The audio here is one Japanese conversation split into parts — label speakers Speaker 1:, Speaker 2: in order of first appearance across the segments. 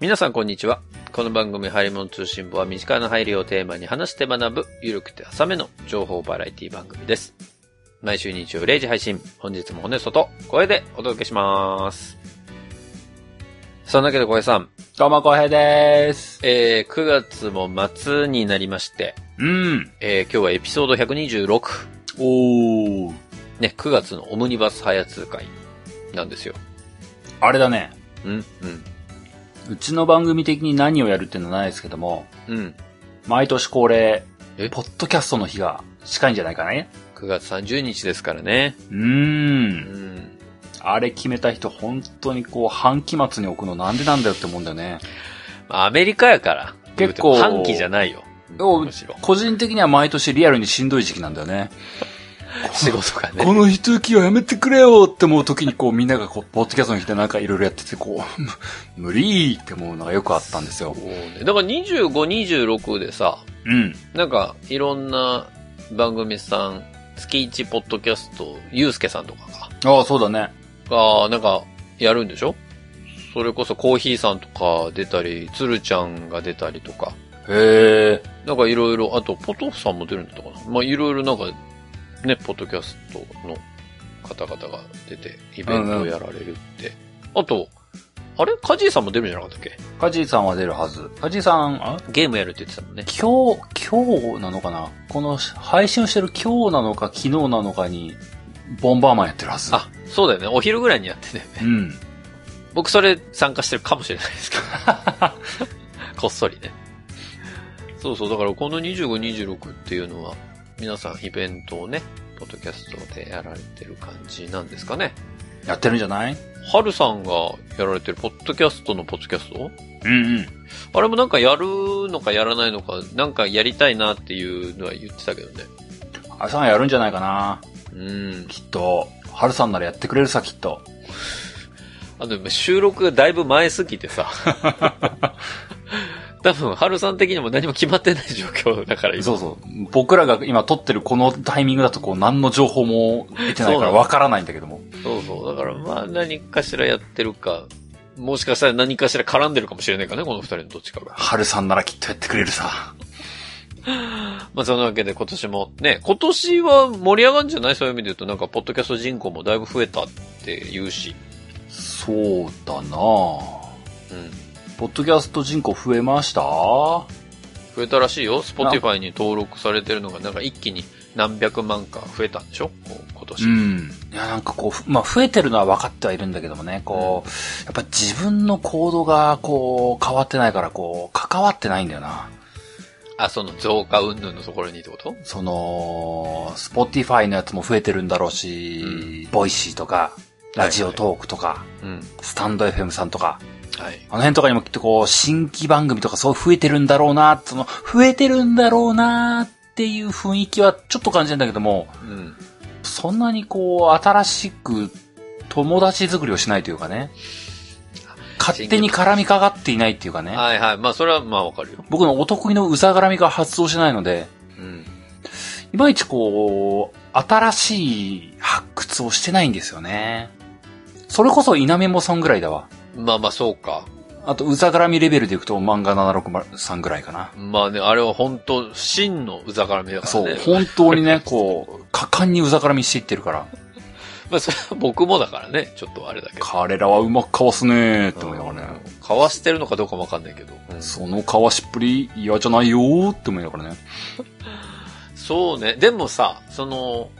Speaker 1: 皆さんこんにちは。この番組、ハリモン通信簿は身近な配慮をテーマに話して学ぶ、ゆるくて浅めの情報バラエティ番組です。毎週日曜0時配信、本日も骨外、声でお届けします。そんなわけで小平さん、
Speaker 2: どうも、こうへいです。
Speaker 1: えー、9月も末になりまして、
Speaker 2: うん。
Speaker 1: えー、今日はエピソード126、
Speaker 2: おー。
Speaker 1: ね、9月のオムニバス早通会なんですよ。
Speaker 2: あれだね。
Speaker 1: うん、うん、
Speaker 2: うちの番組的に何をやるっていうのはないですけども、
Speaker 1: うん。
Speaker 2: 毎年恒例
Speaker 1: え、
Speaker 2: ポッドキャストの日が近いんじゃないかね。
Speaker 1: 9月30日ですからね。
Speaker 2: う
Speaker 1: う
Speaker 2: ーん。
Speaker 1: ん。
Speaker 2: あれ決めた人、本当にこう、半期末に置くのなんでなんだよって思うんだよね。
Speaker 1: まあアメリカやから。
Speaker 2: 結構
Speaker 1: 言うても半期じゃないよ。
Speaker 2: お
Speaker 1: むしろ。
Speaker 2: 個人的には毎年リアルにしんどい時期なんだよね。
Speaker 1: 仕事がね。
Speaker 2: この一時はやめてくれよって思う時にこう、みんながこう、ポッドキャストの日でなんかいろいろやってて、こう、 無理って思うのがよくあったんですよ
Speaker 1: そ。うねだから25、26でさ、
Speaker 2: うん。
Speaker 1: なんかいろんな番組さん、月1ポッドキャスト、ゆうすけさんとか
Speaker 2: ああ、そうだね。
Speaker 1: が、がなんかやるんでしょそれこそコーヒーさんとか出たり、つるちゃんが出たりとか、
Speaker 2: へえ。
Speaker 1: なんかいろいろ、あとポトフさんも出るんだったかなまあいろいろなんか、ね、ポッドキャストの方々が出て、イベントをやられるって。あと、あれカジーさんも出るんじゃなかったっけ
Speaker 2: カジーさんは出るはず。カジーさん、あ
Speaker 1: ゲームやるって言ってたもんね。
Speaker 2: 今日、今日なのかなこの配信をしてる今日なのか昨日なのかに、ボンバーマンやってるはず。
Speaker 1: あ、そうだよね。お昼ぐらいにやってね。
Speaker 2: うん。
Speaker 1: 僕それ参加してるかもしれないです けど。こっそりね。そうそう。だからこの25、26っていうのは、皆さんイベントをね、ポッドキャストでやられてる感じなんですかね。
Speaker 2: やってるんじゃない
Speaker 1: はるさんがやられてるポッドキャストのポッドキャスト
Speaker 2: うんうん。
Speaker 1: あれもなんかやるのかやらないのか、なんかやりたいなっていうのは言ってたけどね。
Speaker 2: あさんやるんじゃないかな
Speaker 1: うん。
Speaker 2: きっと。ハルさんならやってくれるさ、きっと。
Speaker 1: あの、収録がだいぶ前すぎてさ。多分、春さん的にも何も決まってない状況だから、
Speaker 2: そうそう。僕らが今撮ってるこのタイミングだとこう何の情報も得てない
Speaker 1: そう
Speaker 2: か
Speaker 1: な
Speaker 2: ら
Speaker 1: の
Speaker 2: わからないんだけども。
Speaker 1: そうそう。だから、まあ、何かしらやってるか、もしかしたら何かしら絡んでるかもしれないからね、この二人のどっちかが。
Speaker 2: ハルさんならきっとやってくれるさ。
Speaker 1: まあ、そんなわけで今年も、ね、今年は盛り上がるんじゃないそういう意味で言うと、なんか、ポッドキャスト人口もだいぶ増えたって言うし。
Speaker 2: そうだな
Speaker 1: う
Speaker 2: ぁ。
Speaker 1: ん。
Speaker 2: ポッドキャスト人口増えました
Speaker 1: 増えたらしいよ。Spotify に登録されてるのが、なんか一気に何百万か増えたんでしょこう今年。
Speaker 2: ん。いや、なんかこうふ、まあ、増えてるのは分かってはいるんだけどもね、こう、やっぱ自分の行動が、こう、変わってないから、こう、関わってないんだよな。
Speaker 1: あ、その増加云々のところにってこと
Speaker 2: その、スポティファイのやつも増えてるんだろうし、ボイシーとか、ラジオトークとか、
Speaker 1: うん。
Speaker 2: スタンド FM さんとか、
Speaker 1: はい。
Speaker 2: あの辺とかにもきっとこう、新規番組とかそう増えてるんだろうな、その、増えてるんだろうなっていう雰囲気はちょっと感じるんだけども、
Speaker 1: うん。
Speaker 2: そんなにこう、新しく友達作りをしないというかね。勝手に絡みかかっていないっていうかね。
Speaker 1: はいはい。まあ、それはまあわかるよ。
Speaker 2: 僕のお得意のうざがらみが発動しないので、
Speaker 1: うん。
Speaker 2: いまいちこう、新しい発掘をしてないんですよね。それこそ稲メモさんぐらいだわ。
Speaker 1: まあまあ、そうか。
Speaker 2: あと、うざがらみレベルでいくと漫画760さんぐらいかな。
Speaker 1: まあね、あれは本当真のうざがらみだから
Speaker 2: そう、
Speaker 1: ね。
Speaker 2: 本当にね、こう、果敢にうざがらみしていってるから、
Speaker 1: まあ、それは僕もだからね、ちょっとあれだけど。
Speaker 2: 彼らはうまくかわすねーって思いながらね。
Speaker 1: かわしてるのかどうかもわかんないけど。うん
Speaker 2: そのかわしっぷり嫌じゃないよーって思いながらね。
Speaker 1: そうね。でもさ、その、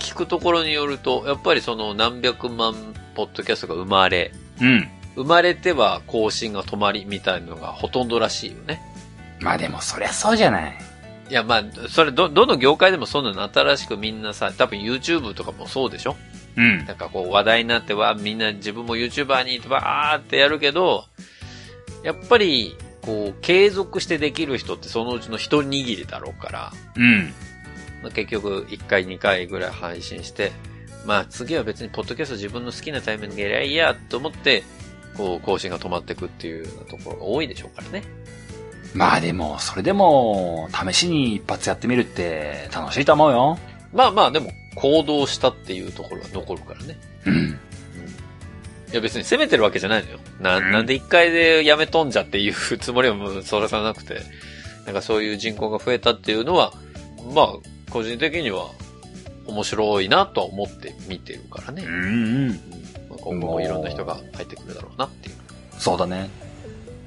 Speaker 1: 聞くところによると、やっぱりその何百万ポッドキャストが生まれ、
Speaker 2: うん。
Speaker 1: 生まれては更新が止まりみたいのがほとんどらしいよね。
Speaker 2: まあでもそりゃそうじゃない。
Speaker 1: いや、まあ、それ、ど、どの業界でもそうなの新しくみんなさ、多分 YouTube とかもそうでしょ
Speaker 2: うん。
Speaker 1: なんかこう話題になっては、みんな自分も YouTuber にわーってやるけど、やっぱり、こう、継続してできる人ってそのうちの一握りだろうから、
Speaker 2: うん。
Speaker 1: まあ、結局1回2回ぐらい配信して、まあ次は別にポッドキャスト自分の好きなタイミングでやりゃいいやと思って、こう更新が止まってくっていうようなところが多いでしょうからね。
Speaker 2: まあでも、それでも、試しに一発やってみるって楽しいと思うよ。
Speaker 1: まあまあでも行動したっていうところは残るからね。
Speaker 2: うん。
Speaker 1: いや別に責めてるわけじゃないのよ。な、
Speaker 2: うん
Speaker 1: なんで一回でやめとんじゃっていうつもりはもうそらさなくて、なんかそういう人口が増えたっていうのは、まあ、個人的には面白いなとは思って見てるからね。
Speaker 2: うんうん。
Speaker 1: まあ今後もいろんな人が入ってくるだろうなっていう。
Speaker 2: そうだね。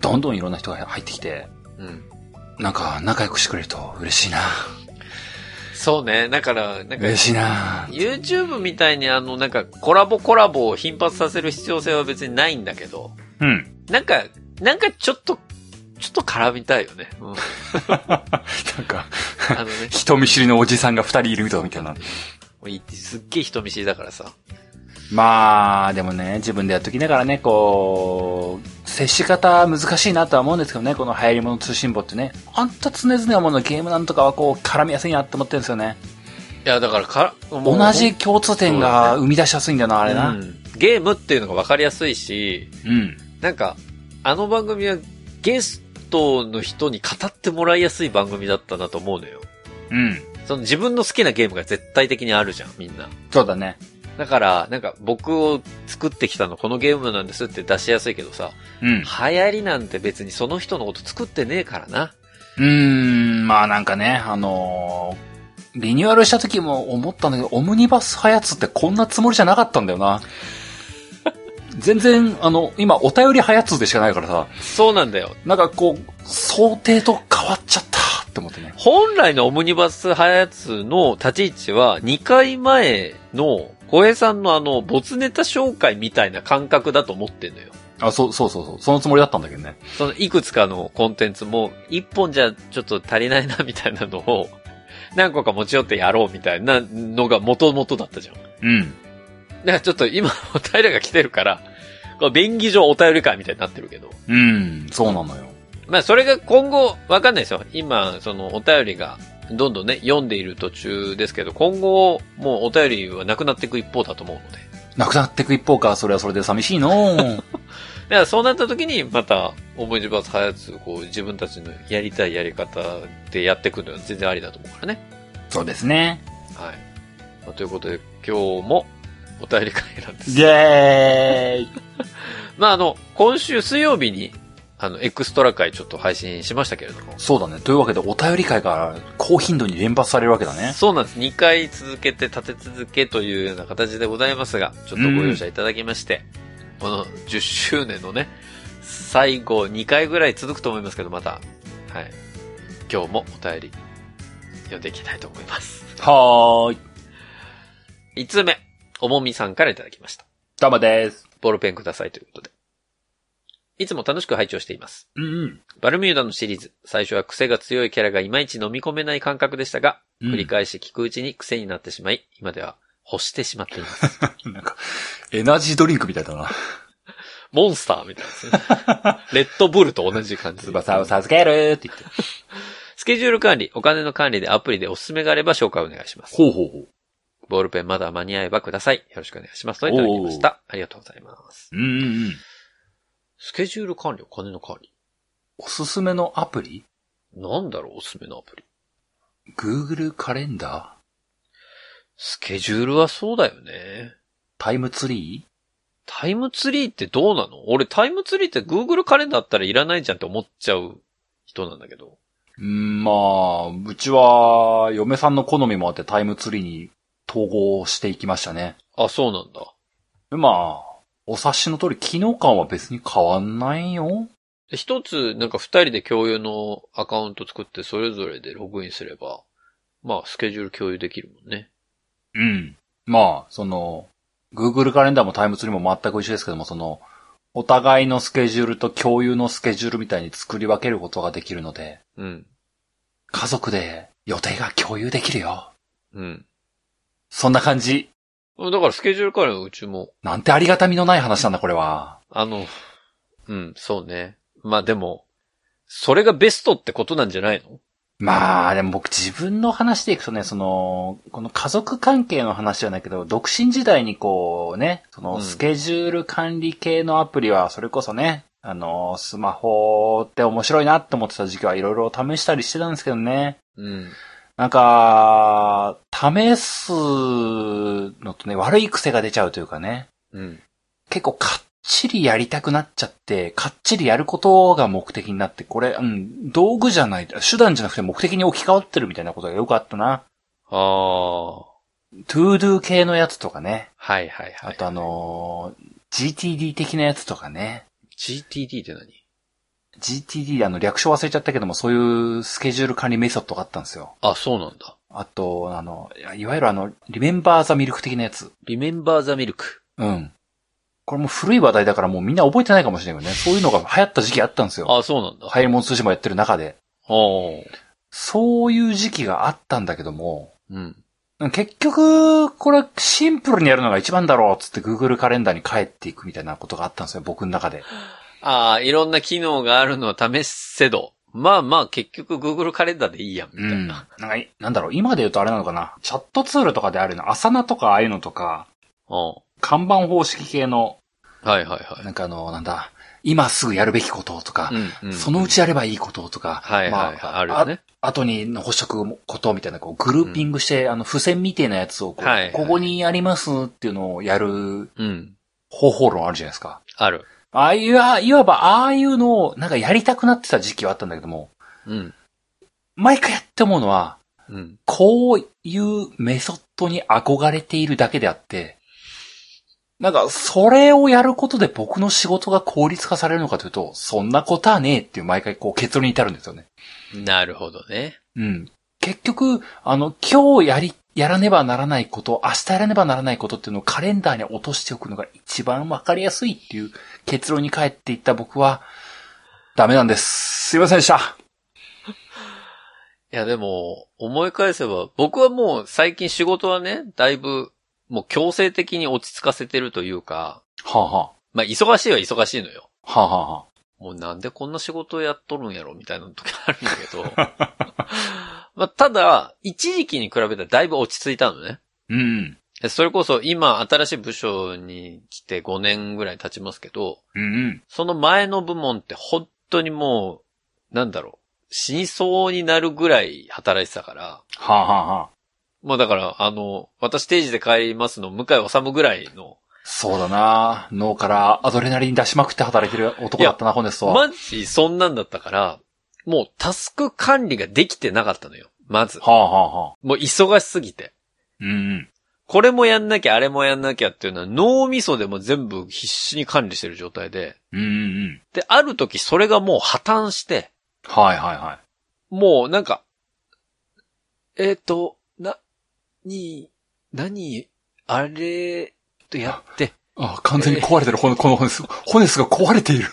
Speaker 2: どんどんいろんな人が入ってきて、
Speaker 1: うん。
Speaker 2: なんか仲良くしてくれると嬉しいな。
Speaker 1: そうね。だから、なんか、
Speaker 2: 嬉しいな。
Speaker 1: YouTube みたいにあの、なんかコラボコラボを頻発させる必要性は別にないんだけど、
Speaker 2: うん。
Speaker 1: なんか、なんかちょっと、ちょっと絡みたいよね。うん。
Speaker 2: なんか、
Speaker 1: あのね。
Speaker 2: 人見知りのおじさんが二人いるみたいな。
Speaker 1: もういすっげえ人見知りだからさ。
Speaker 2: まあ、でもね、自分でやっときながらね、こう、接し方難しいなとは思うんですけどね、この流行り物通信簿ってね。あんた常々思うのゲームなんとかはこう、絡みやすいなって思ってるんですよね。
Speaker 1: いや、だからか、もう
Speaker 2: 同じ共通点が生み出しやすいんだよな、あれな。
Speaker 1: うんゲームっていうのが分かりやすいし、
Speaker 2: うん。
Speaker 1: なんか、あの番組はゲストの人に語ってもらいやすい番組だったなと思うのよ。
Speaker 2: うん。
Speaker 1: その自分の好きなゲームが絶対的にあるじゃん、みんな。
Speaker 2: そうだね。
Speaker 1: だから、なんか僕を作ってきたのこのゲームなんですって出しやすいけどさ、
Speaker 2: うん
Speaker 1: 流。行りなんて別にその人のこと作ってねえからな。
Speaker 2: うーん、まあなんかね、あのーリニューアルした時も思ったんだけど、オムニバスハヤツってこんなつもりじゃなかったんだよ な。全然、あの、今、お便りハヤツでしかないからさ、
Speaker 1: そうなんだよ。
Speaker 2: なんかこう、想定と変わっちゃったって思ってね。
Speaker 1: 本来のオムニバスハヤツの立ち位置は、2回前の、小平さんのあの、没ネタ紹介みたいな感覚だと思ってんのよ。
Speaker 2: あ、そう、そうそうそう、そのつもりだったんだけどね。
Speaker 1: その、いくつかのコンテンツも、1本じゃちょっと足りないな、みたいなのを、何個か持ち寄ってやろう、みたいなのが元々だったじゃん。だか
Speaker 2: うん。
Speaker 1: らちょっと今、お便りが来てるから、こう便宜上お便り会みたいになってるけど。
Speaker 2: うん、そうなのよ。
Speaker 1: まあ、それが今後、わかんないですよ。今、その、お便りが、どんどんね、読んでいる途中ですけど、今後、もうお便りはなくなっていく一方だと思うので。
Speaker 2: なくなってく一方か、それはそれで寂しいの
Speaker 1: だから、そうなった時に、また、思い出ばはやつ、こう、自分たちのやりたいやり方でやっていくのは全然ありだと思うからね。
Speaker 2: そうですね。
Speaker 1: はい。まあということで、今日も、お便り会なんです。
Speaker 2: イェーイ
Speaker 1: まあ、あの、今週水曜日に、あの、エクストラ会ちょっと配信しましたけれども。
Speaker 2: そうだね。というわけで、お便り会が高頻度に連発されるわけだね。
Speaker 1: そうなんです。2回続けて立て続けというような形でございますが、ちょっとご容赦いただきまして、この10周年のね、最後2回ぐらい続くと思いますけど、また、はい。今日もお便り、読んでいきたいと思います。
Speaker 2: はーい。
Speaker 1: 5つ目、おもみさんからいただきました。
Speaker 2: どうもです。
Speaker 1: ボールペンくださいということで。いつも楽しく拝聴しています。
Speaker 2: うんうん。
Speaker 1: バルミューダのシリーズ、最初は癖が強いキャラがいまいち飲み込めない感覚でしたが、
Speaker 2: うん
Speaker 1: 繰り返し聞くうちに癖になってしまい、今では欲してしまっています。
Speaker 2: なんか、エナジードリンクみたいだな。
Speaker 1: モンスターみたいですね。レッドブルと同じ感じ。
Speaker 2: 翼を授けるって言って。
Speaker 1: スケジュール管理、お金の管理でアプリでおすすめがあれば紹介お願いします。
Speaker 2: ほうほうほう。
Speaker 1: ボールペンまだ間に合えばください。よろしくお願いします。といただきました。ありがとうございます。
Speaker 2: うんうんうん。
Speaker 1: スケジュール管理、お金の管理。
Speaker 2: おすすめのアプリ
Speaker 1: なんだろう、おすすめのアプリ。
Speaker 2: ?Google カレンダー
Speaker 1: スケジュールはそうだよね。
Speaker 2: タイムツリ
Speaker 1: タイムツリーってどうなの俺タイムツリーって Google カレンダーあったらいらないじゃんって思っちゃう人なんだけど。
Speaker 2: ーうん、まあ、うちは、嫁さんの好みもあってタイムツリーに統合していきましたね。
Speaker 1: あ、そうなんだ。
Speaker 2: でまあ、お察しの通り、機能感は別に変わんないよ。
Speaker 1: で一つ、なんか二人で共有のアカウント作ってそれぞれでログインすれば、まあ、スケジュール共有できるもんね。
Speaker 2: うん。まあ、その、Google カレンダーもタイムツリーも全く一緒ですけども、その、お互いのスケジュールと共有のスケジュールみたいに作り分けることができるので、
Speaker 1: うん。
Speaker 2: 家族で予定が共有できるよ。
Speaker 1: うん。
Speaker 2: そんな感じ。
Speaker 1: だからスケジュール管理はうちも、
Speaker 2: なんてありがたみのない話なんだ、これは。
Speaker 1: あの、うん、そうね。まあでも、それがベストってことなんじゃないの
Speaker 2: まあ、でも僕自分の話でいくとね、その、この家族関係の話じゃないけど、独身時代にこうね、そうの
Speaker 1: ん
Speaker 2: スケジュール管理系のアプリは、それこそね、あの、スマホって面白いなって思ってた時期はいろいろ試したりしてたんですけどね。
Speaker 1: うん。
Speaker 2: なんか、試すのとね、悪い癖が出ちゃうというかね。
Speaker 1: うん。
Speaker 2: 結構勝ちりやりたくなっちゃって、かっちりやることが目的になって、これ、うん、道具じゃない、手段じゃなくて目的に置き換わってるみたいなことがよくあったな。
Speaker 1: ああ。は
Speaker 2: トゥードゥー系のやつとかね。
Speaker 1: いはいは
Speaker 2: あ
Speaker 1: い。
Speaker 2: とあのー GTD 的なやつとかね。
Speaker 1: GTD って何
Speaker 2: GTD、あの、略称忘れちゃったけども、そういうスケジュール管理メソッドがあったんですよ。
Speaker 1: あ、そうなんだ。
Speaker 2: あと、あの、いやいわゆるあの、リメンバーザミルク的なやつ。
Speaker 1: リメンバーザミルク。
Speaker 2: うん。これもう古い話題だからもうみんな覚えてないかもしれないけどね。そういうのが流行った時期あったんですよ。
Speaker 1: あ、そうなんだ。
Speaker 2: ハイレモン通信もやってる中で。
Speaker 1: あー
Speaker 2: そういう時期があったんだけども、
Speaker 1: うん。
Speaker 2: 結局、これシンプルにやるのが一番だろうっつって Google カレンダーに帰っていくみたいなことがあったんですよ、僕の中で。
Speaker 1: ああ、いろんな機能があるのは試せど。まあまあ、結局 Google カレンダーでいいやん、み
Speaker 2: う
Speaker 1: たい
Speaker 2: ん。
Speaker 1: な
Speaker 2: な。んかい、なんだろう、今で言うとあれなのかな。チャットツールとかであるの、アサナとかああいうのとか、
Speaker 1: うん。
Speaker 2: 看板方式系の、
Speaker 1: はいはいは
Speaker 2: なんかあの、なんだ、今すぐやるべきこととか
Speaker 1: い。、うん、うん。
Speaker 2: そのうちやればいいこととか、
Speaker 1: はいはいはい。
Speaker 2: ま
Speaker 1: あるよね。
Speaker 2: 後に残しとくことみたいな、こう、グルーピングして、あの、付箋みたいなやつをこう、
Speaker 1: はいはい
Speaker 2: ここにありますっていうのをやる
Speaker 1: うん。
Speaker 2: 方法論あるじゃないですか。
Speaker 1: ある。
Speaker 2: ああいう、あいわばああいうのを、なんかやりたくなってた時期はあったんだけども、
Speaker 1: うん。
Speaker 2: 毎回やって思うのは、
Speaker 1: うん。
Speaker 2: こういうメソッドに憧れているだけであって、なんか、それをやることで僕の仕事が効率化されるのかというと、そんなことはねえっていう毎回こう結論に至るんですよね。
Speaker 1: なるほどね。
Speaker 2: うん。結局、あの、今日やり、やらねばならないこと、明日やらねばならないことっていうのをカレンダーに落としておくのが一番わかりやすいっていう結論に帰っていった僕は、ダメなんです。すいませんでした。
Speaker 1: いやでも、思い返せば、僕はもう最近仕事はね、だいぶ、もう強制的に落ち着かせてるというか、
Speaker 2: はあ、は
Speaker 1: まあ忙しいは忙しいのよ。
Speaker 2: あ、はあ、はあ、は
Speaker 1: もうなんでこんな仕事やっとるんやろみたいな時あるんだけど。 まあ、ただ、一時期に比べたらだいぶ落ち着いたのね。
Speaker 2: うん。
Speaker 1: でそれこそ今新しい部署に来て5年ぐらい経ちますけど、
Speaker 2: うんうん。
Speaker 1: その前の部門って本当にもう、なんだろう、死にそうになるぐらい働いてたから、
Speaker 2: はあ、はあ、はあ。
Speaker 1: もうだから、あの、私定時で帰りますの、向井治ぐらいの、
Speaker 2: そうだな脳からアドレナリン出しまくって働いてる男だったな、ホネストは。
Speaker 1: マジそんなんだったから、もうタスク管理ができてなかったのよ。まず。
Speaker 2: はあ、はあ、はあ。
Speaker 1: もう忙しすぎて。
Speaker 2: うんうん。
Speaker 1: これもやんなきゃ、あれもやんなきゃっていうのは脳みそでも全部必死に管理してる状態で。
Speaker 2: うんうんうん。
Speaker 1: で、ある時それがもう破綻して、
Speaker 2: はい、はい、はい。
Speaker 1: もうなんか、えっ、と、な、に、何、あれ、とやって、
Speaker 2: あ、完全に壊れてる、この、このホネス。ホネスが壊れている。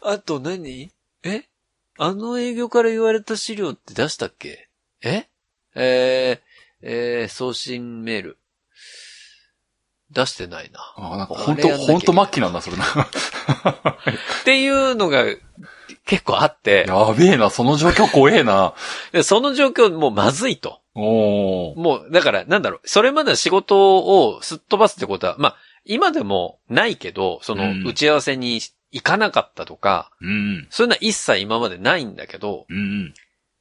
Speaker 1: あと何えあの営業から言われた資料って出したっけええー、えー、送信メール。出してないな。
Speaker 2: あ、なんか
Speaker 1: あ
Speaker 2: 本
Speaker 1: れ
Speaker 2: 当
Speaker 1: やんなきゃ
Speaker 2: 本当末期なんだ、それ
Speaker 1: っ
Speaker 2: な。
Speaker 1: ていうのが結構あって、
Speaker 2: やべえな、その状況怖えな。
Speaker 1: でその状況 もうまずいと。
Speaker 2: おー。
Speaker 1: もう、だから、なんだろう、それまでの仕事をすっ飛ばすってことは、まあ、今でもないけど、その
Speaker 2: うん、
Speaker 1: 打ち合わせに行かなかったとか、
Speaker 2: うん。
Speaker 1: そういうのは一切今までないんだけど、
Speaker 2: うんうん。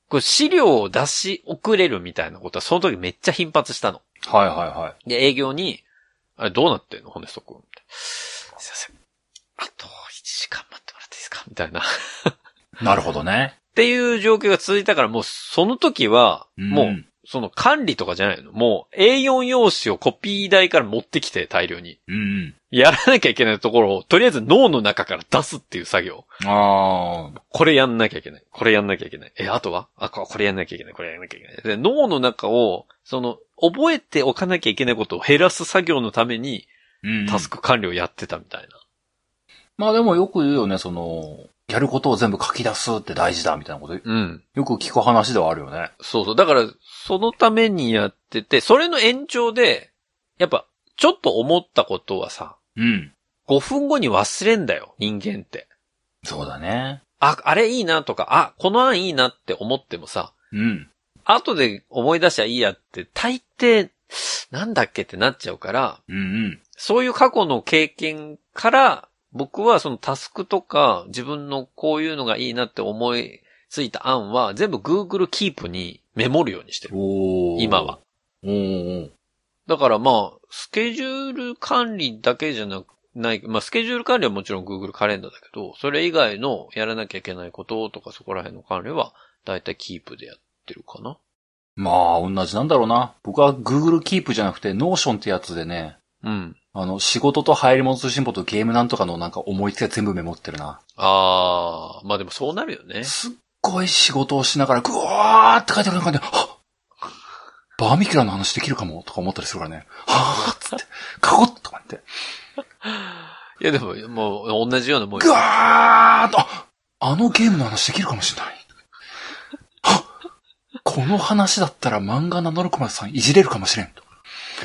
Speaker 1: こう資料を出し遅れるみたいなことは、その時めっちゃ頻発したの。
Speaker 2: はいはいは
Speaker 1: で、営業に、あれどうなってんの骨くん。すいません。あと1時間待ってもらっていいですかみたいな。っ
Speaker 2: い。なるほどね。
Speaker 1: ていう状況が続いたから、もうその時は、もう、
Speaker 2: ん
Speaker 1: その管理とかじゃないの。もう A4 用紙をコピー台から持ってきて大量に。
Speaker 2: うんうん。
Speaker 1: やらなきゃいけないところを、とりあえず脳の中から出すっていう作業。
Speaker 2: あー。
Speaker 1: これやんなきゃいけない。これやんなきゃいけない。え、あとはあ、ここれやんなきゃいけない。これやんなきゃいけない。で、脳の中を、その、覚えておかなきゃいけないことを減らす作業のために、
Speaker 2: うんうん
Speaker 1: タスク管理をやってたみたいな。
Speaker 2: まあでもよく言うよね、その、やることを全部書き出すって大事だ、みたいなこと、よ
Speaker 1: うん。
Speaker 2: く聞く話ではあるよね。
Speaker 1: そうそう。だから、そのためにやってて、それの延長で、やっぱ、ちょっと思ったことはさ、
Speaker 2: うん。
Speaker 1: 5分後に忘れんだよ、人間って。
Speaker 2: そうだね。
Speaker 1: あ、あれいいなとか、あ、この案いいなって思ってもさ、
Speaker 2: うん。
Speaker 1: 後で思い出しちゃいいやって、大抵、なんだっけってなっちゃうから、
Speaker 2: うんうん。
Speaker 1: そういう過去の経験から、僕はそのタスクとか、自分のこういうのがいいなって思いついた案は、全部 Google Keep にメモるようにしてる。
Speaker 2: おー
Speaker 1: 今は。。
Speaker 2: おーおー。
Speaker 1: だからまあ、スケジュール管理だけじゃなく、ない、まあ、スケジュール管理はもちろん Google カレンダーだけど、それ以外のやらなきゃいけないこととかそこら辺の管理は、だいたいキープでやってるかな。
Speaker 2: まあ、同じなんだろうな。僕は Google Keep じゃなくて Notion ってやつでね、
Speaker 1: うん。
Speaker 2: あの、仕事と入り物通信簿とゲームなんとかのなんか思いつきが全部メモってるな。
Speaker 1: あー、まあでもそうなるよね。
Speaker 2: すっごい仕事をしながら、ぐわーって書いてある中で、はっバーミキュラの話できるかもとか思ったりするからね。はーっつって、カゴッとかって、
Speaker 1: いやでも、もう同じようなもん
Speaker 2: ぐ
Speaker 1: よ。
Speaker 2: わーっと、ああのゲームの話できるかもしれない。はっこの話だったら漫画7 6 0さんいじれるかもしれん。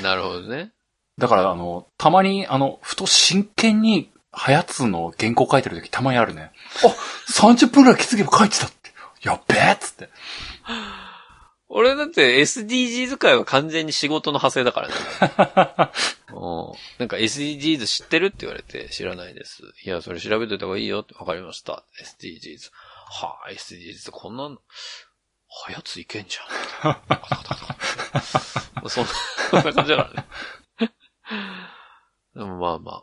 Speaker 1: なるほどね。
Speaker 2: だから、あの、たまに、あの、ふと真剣に、はやつの原稿書いてる時たまにあるね。あ !30 分ぐらい気づけば書いてたって。やっべえっつって。
Speaker 1: 俺だって SDGs 界は完全に仕事の派生だからね。うんなんか SDGs 知ってるって言われて知らないです。いや、それ調べといた方がいいよってわかりました。SDGs。はあ、SDGs こんなの、はやついけんじゃん。そんな、そんな感じだからね。 でもまあまあ。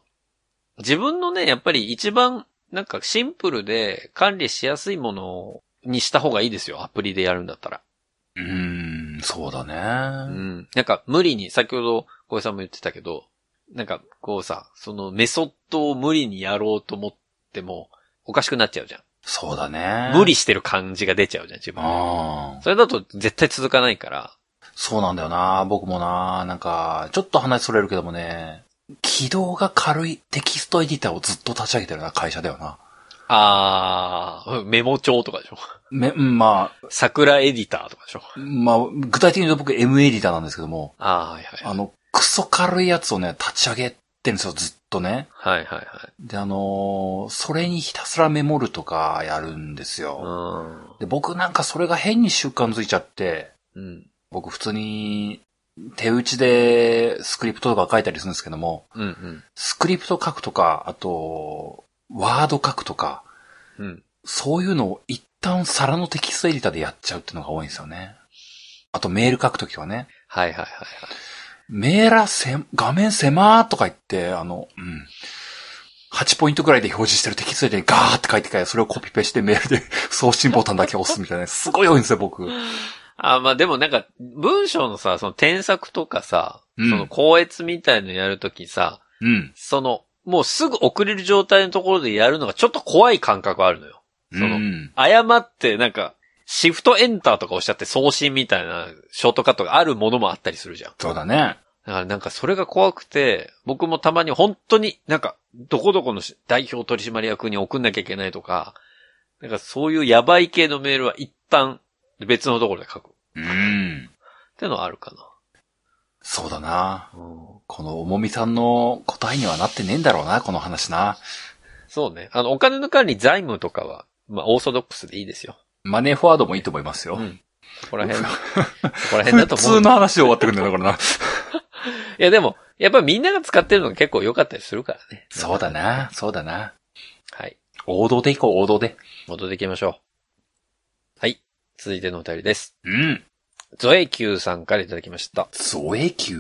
Speaker 1: 自分のね、やっぱり一番、なんかシンプルで管理しやすいものにした方がいいですよ。アプリでやるんだったら。
Speaker 2: うーん、そうだ
Speaker 1: う
Speaker 2: ね。
Speaker 1: ん。なんか無理に、先ほど小江さんも言ってたけど、なんかこうさ、そのメソッドを無理にやろうと思っても、おかしくなっちゃうじゃ
Speaker 2: そうだね。
Speaker 1: ん。無理してる感じが出ちゃうじゃん、自分。
Speaker 2: ああ。
Speaker 1: それだと絶対続かないから。
Speaker 2: そうなんだよな。僕もな。なんか、ちょっと話それるけどもね。起動が軽いテキストエディターをずっと立ち上げてるような会社だよな。
Speaker 1: あー、メモ帳とかでしょ。
Speaker 2: め、うん、ま
Speaker 1: 桜エディターとかでしょ。
Speaker 2: あ、まあ、具体的に言うと僕 M エディターなんですけども。
Speaker 1: あー、はいはい。
Speaker 2: あの、クソ軽いやつをね、立ち上げてるんですよ、ずっとね。
Speaker 1: はいはいはい。
Speaker 2: で、あのーそれにひたすらメモるとかやるんです
Speaker 1: う
Speaker 2: よ。
Speaker 1: ん。
Speaker 2: で、僕なんかそれが変に習慣づいちゃって、
Speaker 1: うん。
Speaker 2: 僕普通に手打ちでスクリプトとか書いたりするんですけども、
Speaker 1: うんうん。
Speaker 2: スクリプト書くとか、あと、ワード書くとか、
Speaker 1: うん。
Speaker 2: そういうのを一旦皿のテキストエディターでやっちゃうっていうのが多いんですよね。あとメール書くときはね。
Speaker 1: はいはいはいはい。
Speaker 2: メーラーせ、画面狭ーとか言って、あの、うん。8ポイントくらいで表示してるテキストでガーって書いてから、それをコピペしてメールで 送信ボタンだけ押すみたいなね。すごい多いんですよ、僕。
Speaker 1: あー、まあでもなんか、文章のさ、その添削とかさ、
Speaker 2: うん
Speaker 1: その校閲みたいのやるときさ、
Speaker 2: うん。
Speaker 1: その、もうすぐ送れる状態のところでやるのがちょっと怖い感覚あるのよ。その
Speaker 2: うん
Speaker 1: 誤って、なんか、シフトエンターとかおっしゃって送信みたいなショートカットがあるものもあったりするじゃん。
Speaker 2: そうだね。
Speaker 1: だからなんかそれが怖くて、僕もたまに本当になんか、どこどこの代表取締役に送んなきゃいけないとか、なんかそういうやばい系のメールは一旦別のところで書く。っ
Speaker 2: うん。
Speaker 1: てのはあるか
Speaker 2: そうだな。
Speaker 1: な。
Speaker 2: この重みさんの答えにはなってねえんだろうな、この話な。
Speaker 1: そうね。あの、お金の管理財務とかは、まあオーソドックスでいいですよ。
Speaker 2: マネーフォワードもいいと思いますよ。
Speaker 1: うんここら 辺、ここら辺だと
Speaker 2: 普
Speaker 1: 思
Speaker 2: 通
Speaker 1: う。
Speaker 2: の話で終わってくるんだよ、だから
Speaker 1: い
Speaker 2: な。
Speaker 1: やでも、やっぱみんなが使ってるのが結構良かったりするからね。
Speaker 2: そうだな、そうだな。
Speaker 1: はい。
Speaker 2: 王道でいこう、王道で。
Speaker 1: 戻っていきましょう。はい。続いてのお便りです。
Speaker 2: うん。
Speaker 1: ゾエ Q さんからいただきました。
Speaker 2: ゾエ級。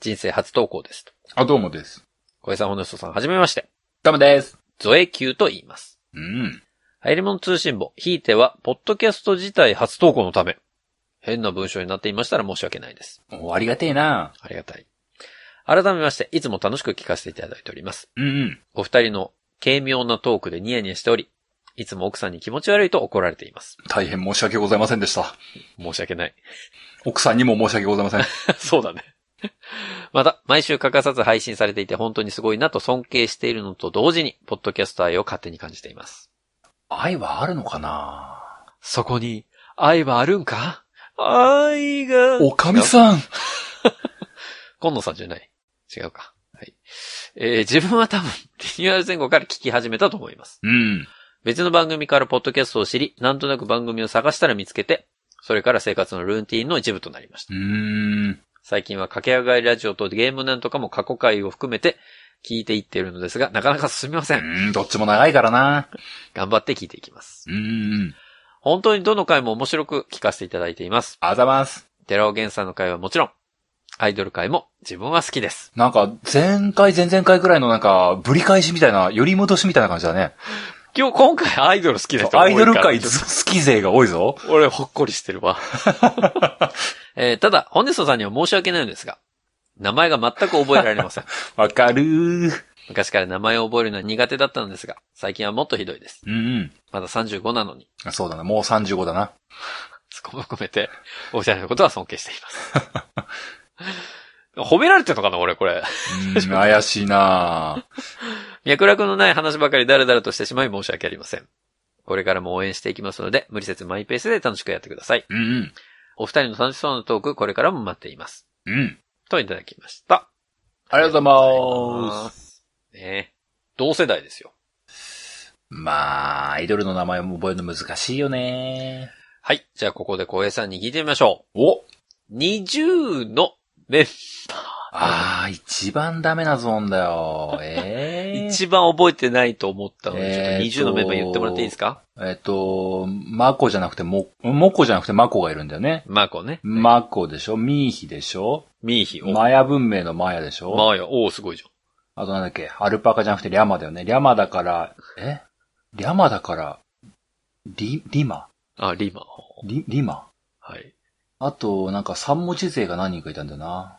Speaker 1: 人生初投稿ですと。
Speaker 2: あ、どうもです。
Speaker 1: 小江さん、ほのしとさん、はじめまして。
Speaker 2: ダメです。
Speaker 1: ゾエ Q と言います。
Speaker 2: うん。
Speaker 1: 入り物通信簿、ひいては、ポッドキャスト自体初投稿のため。変な文章になっていましたら申し訳ないです。
Speaker 2: おありがてえな。
Speaker 1: ありがたい。改めまして、いつも楽しく聞かせていただいております。
Speaker 2: うんうん。
Speaker 1: お二人の軽妙なトークでニヤニヤしており、いつも奥さんに気持ち悪いと怒られています。
Speaker 2: 大変申し訳ございませんでした。
Speaker 1: 申し訳ない。
Speaker 2: 奥さんにも申し訳ございません。
Speaker 1: そうだね。 また、毎週欠かさず配信されていて本当にすごいなと尊敬しているのと同時に、ポッドキャスト愛を勝手に感じています。
Speaker 2: 愛はあるのかな
Speaker 1: そこに、愛はあるんか愛が。
Speaker 2: おかみさん。
Speaker 1: 今野さんじゃない。違うか。はい。えー自分は多分、 リニューアル前後から聞き始めたと思います。
Speaker 2: うん。
Speaker 1: 別の番組からポッドキャストを知り、なんとなく番組を探したら見つけて、それから生活のルーティンの一部となりました。
Speaker 2: うーん。
Speaker 1: 最近は駆け上がりラジオとゲームなんとかも過去回を含めて聞いていっているのですが、なかなか進みませ。
Speaker 2: うんん、どっちも長いからな。
Speaker 1: 頑張って聞いていきます。
Speaker 2: うんうん。
Speaker 1: 本当にどの回も面白く聞かせていただいています。
Speaker 2: あざます。
Speaker 1: 寺尾源さんの回はもちろん、アイドル界も自分は好きです。
Speaker 2: なんか、前回、前々回ぐらいのなんか、ぶり返しみたいな、寄り戻しみたいな感じだね。
Speaker 1: 今日、今回アイドル好きな人
Speaker 2: ア
Speaker 1: 多い
Speaker 2: イ
Speaker 1: か
Speaker 2: ド
Speaker 1: ら
Speaker 2: ル界ず好き勢が多いぞ。
Speaker 1: 俺、ほっこりしてるわ。 えーただ、ホネソさんには申し訳ないのですが、名前が全く覚えられま せん。
Speaker 2: わかるー。
Speaker 1: 昔から名前を覚えるのは苦手だったのですが、最近はもっとひどいです。
Speaker 2: うんうん
Speaker 1: まだ35なのに、
Speaker 2: あ。そうだな、もう35だな。
Speaker 1: そこも含めて、おしゃれなことは尊敬しています。 褒められてるのかな俺、これ。
Speaker 2: うん、怪しいな
Speaker 1: 脈絡のない話ばかりだらだらとしてしまい申し訳ありません。これからも応援していきますので、無理せずマイペースで楽しくやってください。
Speaker 2: うんうん。
Speaker 1: お二人の楽しそうなトーク、これからも待っています。
Speaker 2: うん。
Speaker 1: といただきました。
Speaker 2: ありがとうございます。
Speaker 1: す。ねえ同世代ですよ。
Speaker 2: まあ、アイドルの名前も覚えるの難しいよね
Speaker 1: はい。じゃあ、ここで小江さんに聞いてみましょ
Speaker 2: お
Speaker 1: う。20のメン
Speaker 2: ああ、一番ダメなゾーン だよ。ええ
Speaker 1: 一番覚えてないと思ったので、
Speaker 2: えー
Speaker 1: ちょっと20のメンバー言ってもらっていいですか
Speaker 2: えっと、マコじゃなくて、モ、モコじゃなくてマコがいるんだよね。
Speaker 1: マーコね。
Speaker 2: マコでしょミーヒでしょ
Speaker 1: ミーヒ、お、
Speaker 2: マヤ文明のマヤでしょ
Speaker 1: マーヤ、おーすごいじ
Speaker 2: あとなんだっけアルパカじゃなくてリャマだよね。リャマだから、えリャマだから、リ、リマ
Speaker 1: ゃん。あ、リマ。
Speaker 2: リ、リマ
Speaker 1: はい。
Speaker 2: あと、なんか三文字勢が何人かいたんだよな。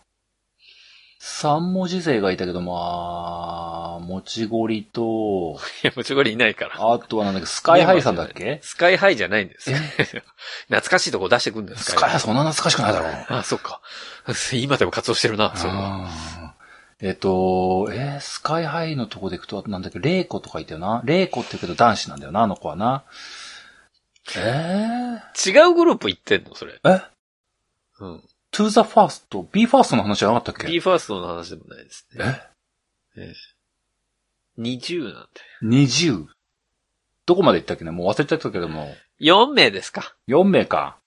Speaker 2: 三文字勢がいたけど、まあ、もちごりと、
Speaker 1: いや、もちろんいないから。
Speaker 2: あとはなんだっけスカイハイさんだっけ
Speaker 1: スカイハイじゃないんです。 懐かしいとこ出してくんだよ、
Speaker 2: スカイハイそんな懐かしくないだろう。
Speaker 1: あ、そっか。 今でも活動してるな、そうか。
Speaker 2: あーえっと、えースカイハイのとこで行くと、あとなんだっけ、レイコとかいたよな。レイコって言うけど男子なんだよな、あの子はな。えー、
Speaker 1: 違うグループ行ってんの、それ。
Speaker 2: え
Speaker 1: うん。
Speaker 2: トゥーザファースト ?B ファーストの話じゃなかったっけ
Speaker 1: b ファーストの話でもないですね。
Speaker 2: え
Speaker 1: ええ ?20 なんて。
Speaker 2: ?20? どこまで行ったっけねもう忘れちゃったけども。
Speaker 1: 4名ですか。
Speaker 2: 4名か。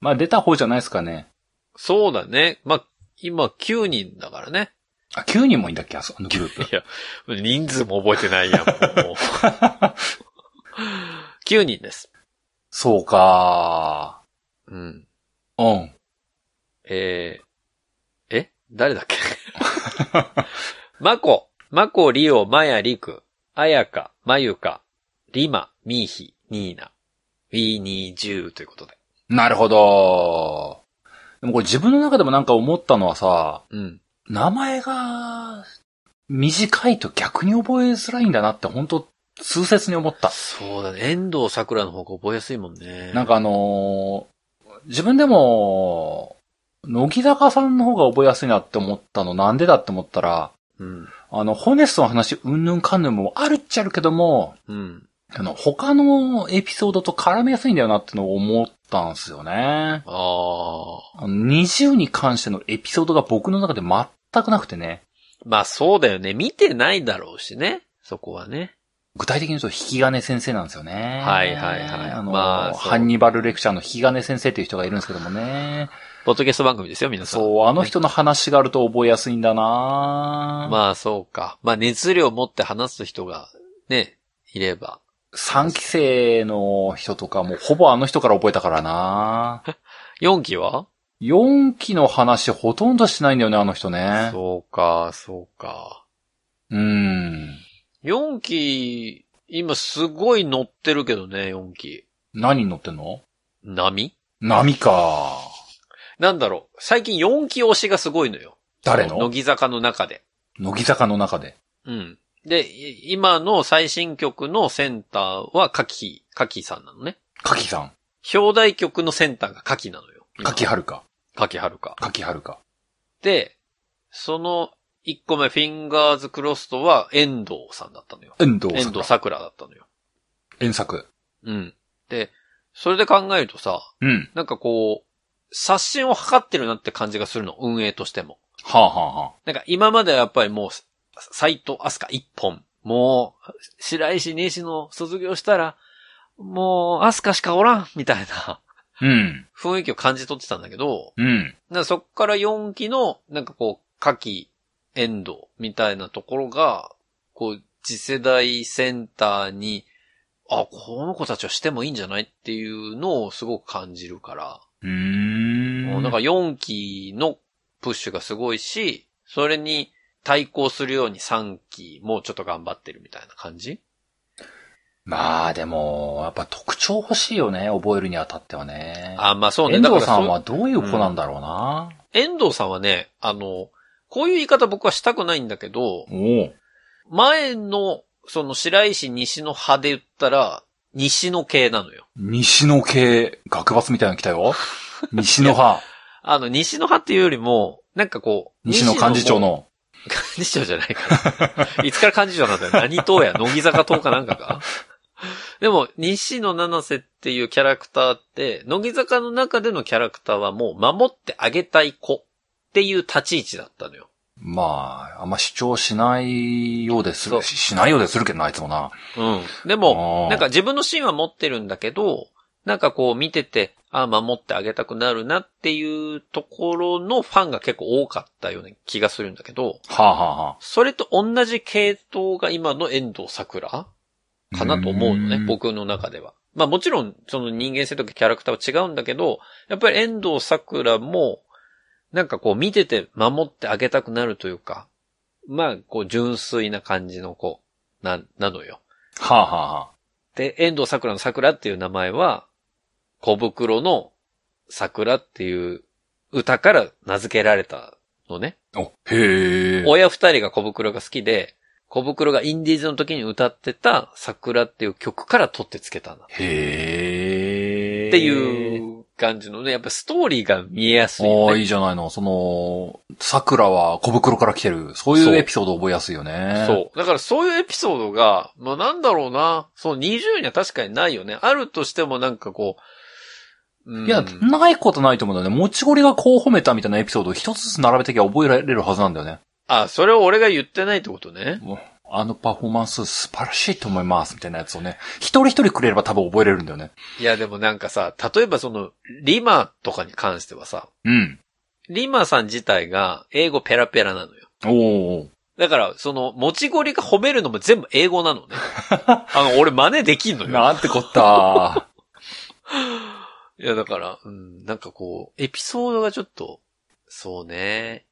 Speaker 2: まあ出た方じゃないですかね。
Speaker 1: そうだね。まあ、今9人だからね。
Speaker 2: あ、9人もいんだっけあそあのグルー
Speaker 1: い
Speaker 2: プ。
Speaker 1: や、人数も覚えてないやん、 もう。9人です。
Speaker 2: そうか
Speaker 1: うん。
Speaker 2: ーうん。
Speaker 1: えー、え誰だっけマコ、マコ、リオ、マヤ、リク、アヤカ、マユカ、リマ、ミーヒ、ニーナ、ウィーニージューということで。
Speaker 2: なるほどでもこれ自分の中でもなんか思ったのはさ、
Speaker 1: うん。
Speaker 2: 名前が短いと逆に覚えづらいんだなって本当痛切に思った。
Speaker 1: そうだね。遠藤桜の方が覚えやすいもんね。
Speaker 2: なんかあのー自分でも、乃木坂さんの方が覚えやすいなって思ったのなんでだって思ったら、
Speaker 1: うん。
Speaker 2: あの、ホネストの話、うんぬんかんぬんもあるっちゃあるけども、
Speaker 1: うん。
Speaker 2: あの、他のエピソードと絡めやすいんだよなってのを思ったんですよね。
Speaker 1: ああ。
Speaker 2: あの、20に関してのエピソードが僕の中で全くなくてね、
Speaker 1: まあそうだよね。見てないだろうしね。そこはね。
Speaker 2: 具体的に言うと、引き金先生なんですよね。
Speaker 1: はいはいはい
Speaker 2: あの、
Speaker 1: まあそう
Speaker 2: ハンニバルレクチャーの引き金先生っていう人がいるんですけどもね。
Speaker 1: ポッドキャスト番組ですよ、皆さん。
Speaker 2: そう、あの人の話があると覚えやすいんだなまあ、
Speaker 1: まあそうか。まあ熱量持って話す人が、ね、いれば。
Speaker 2: 3期生の人とかもほぼあの人から覚えたか らな
Speaker 1: 4期は
Speaker 2: 4期の話ほとんどしないんだよね、あの人ね。
Speaker 1: そうか、そうか。
Speaker 2: うん。
Speaker 1: 4期、今すごい乗ってるけどね、4期。
Speaker 2: 何に乗ってんの
Speaker 1: 波
Speaker 2: 波か。
Speaker 1: なんだろう。最近4期推しがすごいのよ。
Speaker 2: 誰
Speaker 1: そ
Speaker 2: の
Speaker 1: 乃木坂の中で。
Speaker 2: 乃木坂の中で。
Speaker 1: うん。で、い今の最新曲のセンターはカキ、カキさんなのね。
Speaker 2: かきさん。
Speaker 1: 表題曲のセンターがカキなのよ。
Speaker 2: かきはるか。
Speaker 1: カキはるか。
Speaker 2: かきはるか。
Speaker 1: で、その1個目、フィンガーズクロストは遠藤さんだったのよ。
Speaker 2: 遠藤
Speaker 1: 遠
Speaker 2: さ
Speaker 1: 藤
Speaker 2: ん。
Speaker 1: 桜だったのよ。
Speaker 2: 遠作。
Speaker 1: うん。で、それで考えるとさ、
Speaker 2: うん。
Speaker 1: なんかこう、刷新を図ってるなって感じがするの、運営としても。
Speaker 2: はあ、はあは
Speaker 1: なんか今まではやっぱりもう、斎藤飛鳥一本。もう、白石西野卒業したら、もう、飛鳥しかおらんみたいな
Speaker 2: あ、うん。
Speaker 1: 雰囲気を感じ取ってたんだけど、
Speaker 2: うん。
Speaker 1: なんかそっから4期の、なんかこう、夏季、エンドみたいなところが、こう、次世代センターに、あ、この子たちはしてもいいんじゃないっていうのをすごく感じるから、
Speaker 2: うーん。
Speaker 1: なんか4期のプッシュがすごいし、それに対抗するように3期もちょっと頑張ってるみたいな感じ
Speaker 2: まあでも、やっぱ特徴欲しいよね、覚えるにあたってはね。
Speaker 1: あ、まあそうね。
Speaker 2: 遠
Speaker 1: だから
Speaker 2: 藤さ
Speaker 1: そ
Speaker 2: んはどういう子なんだろうな。
Speaker 1: 遠藤さんはね、あの、こういう言い方僕はしたくないんだけど、
Speaker 2: おう
Speaker 1: 前の、その白石西の派で言ったら、西の系なのよ。
Speaker 2: 西の系、学罰みたいなの来た よ。西の派、
Speaker 1: あの、西の派っていうよりも、なんかこう、
Speaker 2: 西の幹事長
Speaker 1: の。
Speaker 2: の。
Speaker 1: 幹事長じゃないから。いつから幹事長なんだよ。何党や乃木坂党かなんか か。でも、西野七瀬っていうキャラクターって、乃木坂の中でのキャラクターはもう守ってあげたい子っていう立ち位置だったのよ。
Speaker 2: まあ、あんま主張しないようです
Speaker 1: そう
Speaker 2: る、ししないようでするけどな、あいつもな。
Speaker 1: うん。で
Speaker 2: あ
Speaker 1: も
Speaker 2: ー、
Speaker 1: なんか自分の芯は持ってるんだけど、なんかこう見てて、ああ、守ってあげたくなるなっていうところのファンが結構多かったような気がするんだけど、
Speaker 2: はあ、はあは
Speaker 1: それと同じ系統が今の遠藤桜
Speaker 2: あ、
Speaker 1: かなと思うのね
Speaker 2: ん、。
Speaker 1: 僕の中では。まあもちろん、その人間性とかキャラクターは違うんだけど、やっぱり遠藤桜も、なんかこう見てて守ってあげたくなるというか、まあこう純粋な感じの子、な、なのよ。
Speaker 2: はあ、はあはあ、
Speaker 1: で、遠藤桜の桜っていう名前は、小袋の桜っていう歌から名付けられたのね。
Speaker 2: お、へえ。
Speaker 1: 親二人が小袋が好きで、小袋がインディーズの時に歌ってた桜っていう曲から取ってつけたんだ。っ
Speaker 2: へえ。
Speaker 1: ていう感じのね、やっぱストーリーが見えやすい
Speaker 2: あ
Speaker 1: よ
Speaker 2: あ、
Speaker 1: ね。
Speaker 2: いいじゃないの。その、桜は小袋から来てる。そうい
Speaker 1: そう
Speaker 2: うエピソード覚えやすいよね。
Speaker 1: そう。だからそういうエピソードが、まあなんだろうな。その20には確かにないよね。あるとしてもなんかこう。うん
Speaker 2: いや、ないことないと思うんだよね。もちごりがこう褒めたみたいなエピソードを一つずつ並べてきゃ覚えられるはずなんだよね。
Speaker 1: あ、それを俺が言ってないってことね。
Speaker 2: あのパフォーマンス素晴らしいと思います、みたいなやつをね。一人一人くれれば多分覚えれるんだよね。
Speaker 1: いや、でもなんかさ、例えばその、リマとかに関してはさ、
Speaker 2: うん。
Speaker 1: リマさん自体が英語ペラペラなのよ。
Speaker 2: おー
Speaker 1: だから、その、持ちゴリが褒めるのも全部英語な のね。あの、俺真似できんのよ。
Speaker 2: なんてこ った。
Speaker 1: いや、だから、うん、なんかこう、エピソードがちょっと、そうね。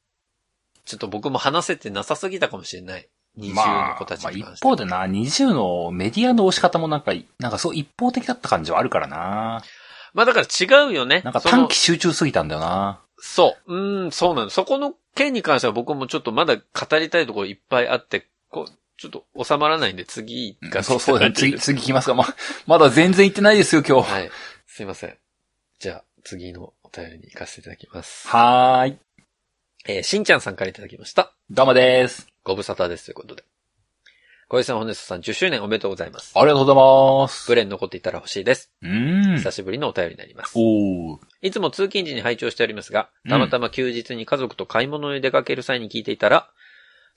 Speaker 1: ちょっと僕も話せてなさすぎたかもしれない。20の子たち
Speaker 2: まあ
Speaker 1: に
Speaker 2: 一
Speaker 1: 関して。
Speaker 2: 方でな、20のメディアの押し方もなんか、なんかそう一方的だった感じはあるからな。
Speaker 1: まあ、だから違うよね。
Speaker 2: なんか
Speaker 1: その
Speaker 2: 短期集中すぎたんだよな。
Speaker 1: そう。うん、そうなの。そこの件に関しては僕もちょっとまだ語りたいところいっぱいあって、こう、ちょっと収まらないんで次が、
Speaker 2: そうそうだね。次、次来ますか。まあ、まだ全然行ってないですよ、今日。
Speaker 1: はい。すいません。じゃあ、次のお便りに行かせていただきます。
Speaker 2: はーい。
Speaker 1: えーしんちゃんさんからいただきました。
Speaker 2: どうもです。
Speaker 1: ご無沙汰ですということで。小石さん、本日さん、10周年おめでとうございます。
Speaker 2: ありがとうございます。
Speaker 1: ブレン残っていたら欲しいです。
Speaker 2: うーん。
Speaker 1: 久しぶりのお便りになります。
Speaker 2: おー。
Speaker 1: いつも通勤時に拝聴しておりますが、
Speaker 2: うん
Speaker 1: たまたま休日に家族と買い物に出かける際に聞いていたら、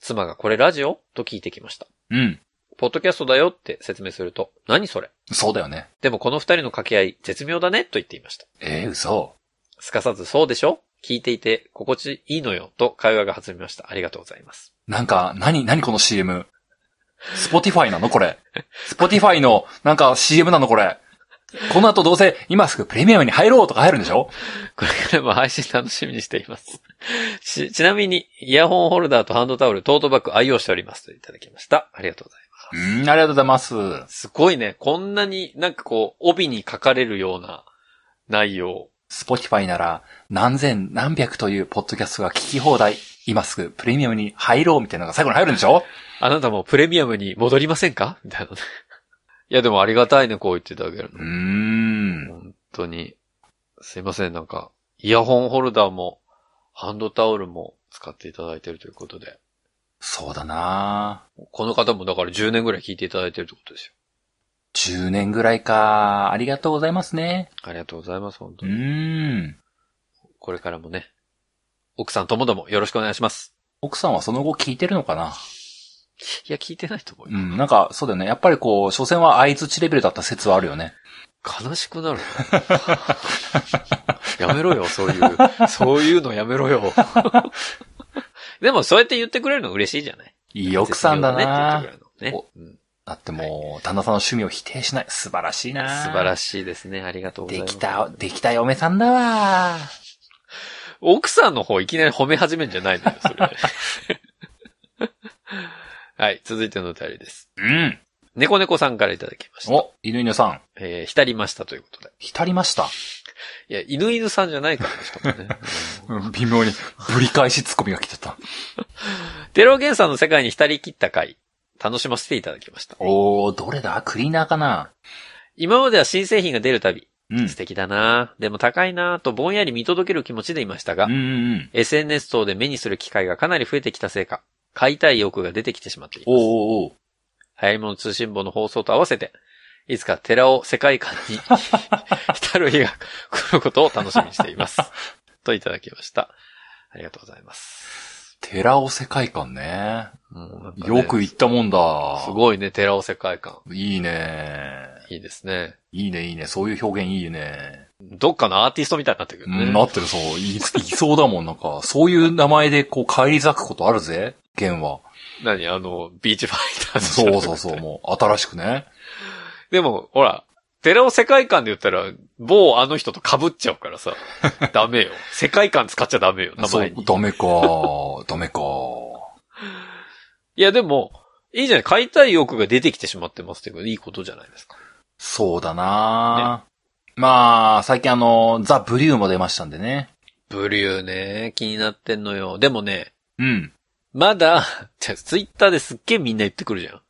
Speaker 1: 妻がこれラジオと聞いてきました。
Speaker 2: うん。
Speaker 1: ポッドキャストだよって説明すると、何それ
Speaker 2: そうだよね。
Speaker 1: でもこの二人の掛け合い、絶妙だねと言っていました。
Speaker 2: えー、嘘。
Speaker 1: すかさずそうでしょ聞いていて、心地いいのよと会話が弾みました。ありがとうございます。
Speaker 2: なんか、なに、なにこの CM。スポティファイなのこれ。スポティファイの、なんか CM なのこれ。この後どうせ、今すぐプレミアムに入ろうとか入るんでしょ
Speaker 1: これからも配信楽しみにしています。 しちなみに、イヤホンホルダーとハンドタオル、トートバッグ愛用しておりますといただきました。ありがとうございま
Speaker 2: うーん、ありがとうございます。
Speaker 1: す。すごいね。こんなになんかこう、帯に書かれるような内容。
Speaker 2: スポティファイなら、何千何百というポッドキャストが聞き放題。今すぐプレミアムに入ろうみたいなのが最後に入るんでしょ
Speaker 1: あなたもプレミアムに戻りませんか みたいなね。いやでもありがたいね、こう言っていただけるの
Speaker 2: うー。ん。
Speaker 1: 本当に。すいません、なんか、イヤホンホルダーも、ハンドタオルも使っていただいてるということで。
Speaker 2: そうだな
Speaker 1: この方もだから10年ぐらい聞いていただいてるってことですよ。
Speaker 2: 10年ぐらいか。ありがとうございますね。
Speaker 1: ありがとうございます、本
Speaker 2: う
Speaker 1: 当
Speaker 2: ー
Speaker 1: に。
Speaker 2: ん。
Speaker 1: これからもね、奥さんともどもよろしくお願いします。
Speaker 2: 奥さんはその後聞いてるのかない
Speaker 1: や、聞いてないと思う
Speaker 2: う
Speaker 1: よ。
Speaker 2: ん、なんか、そうだよね。やっぱりこう、所詮は相槌レベルだった説はあるよね。
Speaker 1: 悲しくなる よ。やめろよ、そういう、そういうのやめろよ。 でも、そうやって言ってくれるの嬉しいじゃない
Speaker 2: いい奥さんだな、
Speaker 1: 絶妙だねって言ってくれるのね。うん
Speaker 2: だってもう、旦那さんの趣味を否定しない。素晴らしいな
Speaker 1: 素晴ら
Speaker 2: し
Speaker 1: しいですね。ありがとうござい
Speaker 2: で
Speaker 1: ます。
Speaker 2: きた、できた嫁さんだわ
Speaker 1: 奥さんの方いきなり褒め始めんじゃないのよ、それ。 はい、続いてのお便りです。
Speaker 2: うん。
Speaker 1: 猫猫さんからいただきました。
Speaker 2: お、犬犬さん、
Speaker 1: えー、浸りましたということで。
Speaker 2: 浸りました。
Speaker 1: いや、犬犬さんじゃないからね、しかもね。
Speaker 2: うん微妙に、ぶり返しツッコミが来てた。
Speaker 1: テロゲンさんの世界に浸り切った回、楽しませていただきました。
Speaker 2: おー、どれだクリーナーかな
Speaker 1: 今までは新製品が出るたび、
Speaker 2: うん。
Speaker 1: 素敵だなぁでも高いなぁとぼんやり見届ける気持ちでいましたが、
Speaker 2: うんうんうん。
Speaker 1: SNS 等で目にする機会がかなり増えてきたせいか、買いたい欲が出てきてしまっています。
Speaker 2: おーおーおー
Speaker 1: 流行り物通信簿の放送と合わせて、いつか寺を世界観に 浸る日が来ることを楽しみにしてい ます。といただきました。ありがとうございます。
Speaker 2: 寺尾世界観ね。
Speaker 1: うんなんかね
Speaker 2: よく言ったもんだ。
Speaker 1: すごいね、寺尾世界観。
Speaker 2: い。いいね。
Speaker 1: いいですね。
Speaker 2: いいね、いいね。そういう表現いいね。
Speaker 1: どっかのアーティストみたいになってくる
Speaker 2: う
Speaker 1: ね。
Speaker 2: ん、なってる、そう。い、いそうだもん、なんか。そういう名前で、こう、返り咲くことあるぜ。剣は。
Speaker 1: 何あの、ビーチファイターズじゃな
Speaker 2: そ
Speaker 1: く
Speaker 2: う
Speaker 1: て
Speaker 2: そうそう、もう、新しくね。
Speaker 1: でも、ほら、寺尾世界観で言ったら、某あの人と被っちゃうから さ、ダメよ。世界観使っちゃダメよ、名
Speaker 2: そ
Speaker 1: 前
Speaker 2: う
Speaker 1: に。、
Speaker 2: ダメか。ダメか。
Speaker 1: いや、でも、いいじゃない。買いたい欲が出てきてしまってますっていうのはいいことじゃないですか。
Speaker 2: そうだな、まあ、最近あの、ザ・ブリューも出ましたんでね。
Speaker 1: ブリューね、気になってんのよ。でもね、
Speaker 2: うん。
Speaker 1: まだ、 じゃツイッターですっげえみんな言ってくるじゃん。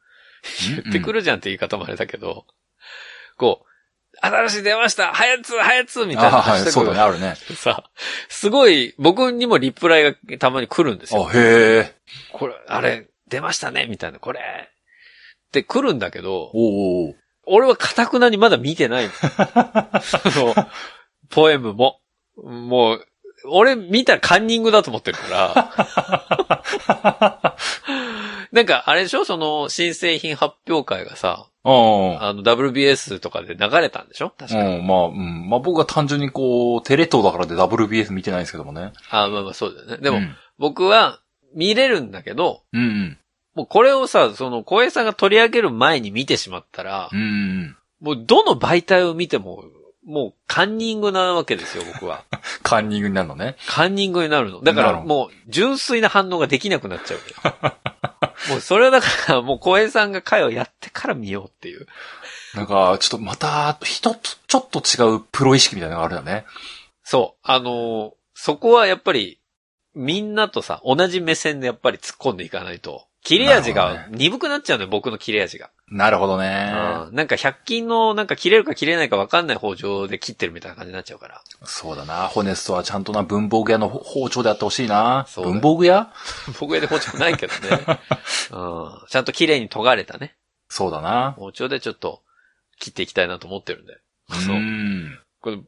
Speaker 1: 言ってく
Speaker 2: る、
Speaker 1: るじゃんって言い方もあれだけど、こう、新しい出ました早っつ早っつみたいな
Speaker 2: あはい、
Speaker 1: ハッシュタ
Speaker 2: そう
Speaker 1: グ
Speaker 2: だね、
Speaker 1: があ
Speaker 2: あるね。
Speaker 1: ってさ、すごい、僕にもリプライがたまに来るんですよ。
Speaker 2: あ、へえ。
Speaker 1: これ、あれ、出ましたねみたいな、これ。って来るんだけど、
Speaker 2: おうおうおう
Speaker 1: 俺はカくなにまだ見てない。その、ポエムも。もう、俺見たらカンニングだと思ってるから。 なんか、あれでしょその、新製品発表会がさ、
Speaker 2: うん
Speaker 1: あの、WBS とかで流れたんでしょ確かに。
Speaker 2: うん、まあ、うん。まあ僕は単純にこう、テレ東だからで WBS 見てないんですけどもね。
Speaker 1: あ、まあまあそうだよね。で
Speaker 2: で
Speaker 1: も、
Speaker 2: うん、
Speaker 1: 僕は見れるんだけど、
Speaker 2: うんうん。
Speaker 1: もうこれをさ、その、小江さんが取り上げる前に見てしまったら、
Speaker 2: うんうん。
Speaker 1: もうどの媒体を見ても、もうカンニングなわけですよ、僕 は。
Speaker 2: カンニングになるのね。
Speaker 1: カンニングになるの。だか
Speaker 2: なる
Speaker 1: ら
Speaker 2: ほど
Speaker 1: もう純粋な反応ができなくなっちゃうよ。 もうそれはだから、もう小平さんが会をやってから見ようっていう。
Speaker 2: なんか、ちょっとまた、人とちょっと違うプロ意識みたいなのがあるよね。
Speaker 1: そう。あのーそこはやっぱり、みんなとさ、同じ目線でやっぱり突っ込んでいかないと、切れ味
Speaker 2: なる
Speaker 1: が
Speaker 2: ほ
Speaker 1: 鈍くなっちゃうのよ、僕の切れ味が。
Speaker 2: なるほどね。
Speaker 1: うんなんか100均のなんか切れるか切れないか分かんない包丁で切ってるみたいな感じになっちゃう から。
Speaker 2: そうだな。ホネストはちゃんとな、文房具屋の包丁でやってほしいな。
Speaker 1: そうだよ
Speaker 2: 文房具屋
Speaker 1: 僕へで包丁ない けどね。うん。ちゃんと綺麗に研がれたね。
Speaker 2: そうだな。
Speaker 1: 包丁でちょっと切っていきたいなと思ってるんで。そうう。
Speaker 2: ん。
Speaker 1: この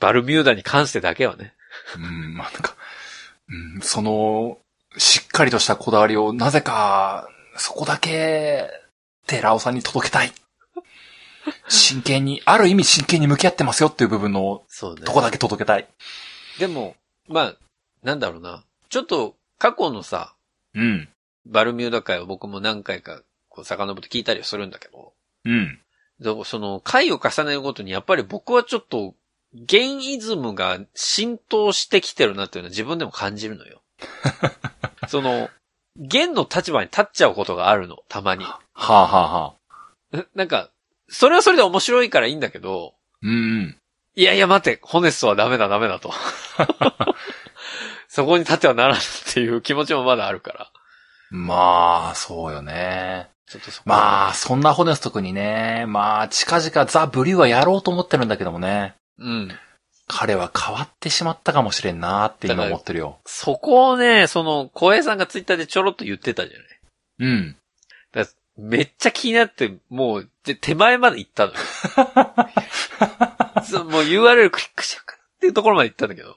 Speaker 1: バルミューダに関してだけはね。
Speaker 2: うん、まあなんか、うん、その、しっかりとしたこだわりを、なぜか、そこだけ、寺尾さんに届けたい。真剣に、ある意味真剣に向き合ってますよっていう部分の
Speaker 1: そうね
Speaker 2: とこだけ届けたい。
Speaker 1: でも、まあ、なんだろうな。ちょっと過去のさ、
Speaker 2: うん。
Speaker 1: バルミューダ会を僕も何回かこう遡って聞いたりはするんだけど、
Speaker 2: うん。
Speaker 1: どその回を重ねるごとにやっぱり僕はちょっとゲイイズムが浸透してきてるなっていうのは自分でも感じる のよ。その、ゲンの立場に立っちゃうことがあるの、たまに。
Speaker 2: はあ、はあはあ、
Speaker 1: ななんか、それはそれで面白いからいいんだけど、
Speaker 2: うんうん。
Speaker 1: いやいや待て、ホネストはダメだダメだ と。そこに立ってはならぬっていう気持ちもまだあるから。
Speaker 2: まあ、そうよね。
Speaker 1: ちょっとそこは
Speaker 2: まあ、そんなホネスト君にね、まあ、近々ザ・ブリューはやろうと思ってるんだけどもね。
Speaker 1: うん。
Speaker 2: 彼は変わってしまったかもしれんなって今思ってるよ。
Speaker 1: そこをね、その、小江さんがツイッターでちょろっと言ってたじゃない。
Speaker 2: うん。
Speaker 1: だからめっちゃ気になって、もう、で手前まで行ったのよ。そうもう URL クリックしちゃうかなっていうところまで行ったんだけど。ちょっ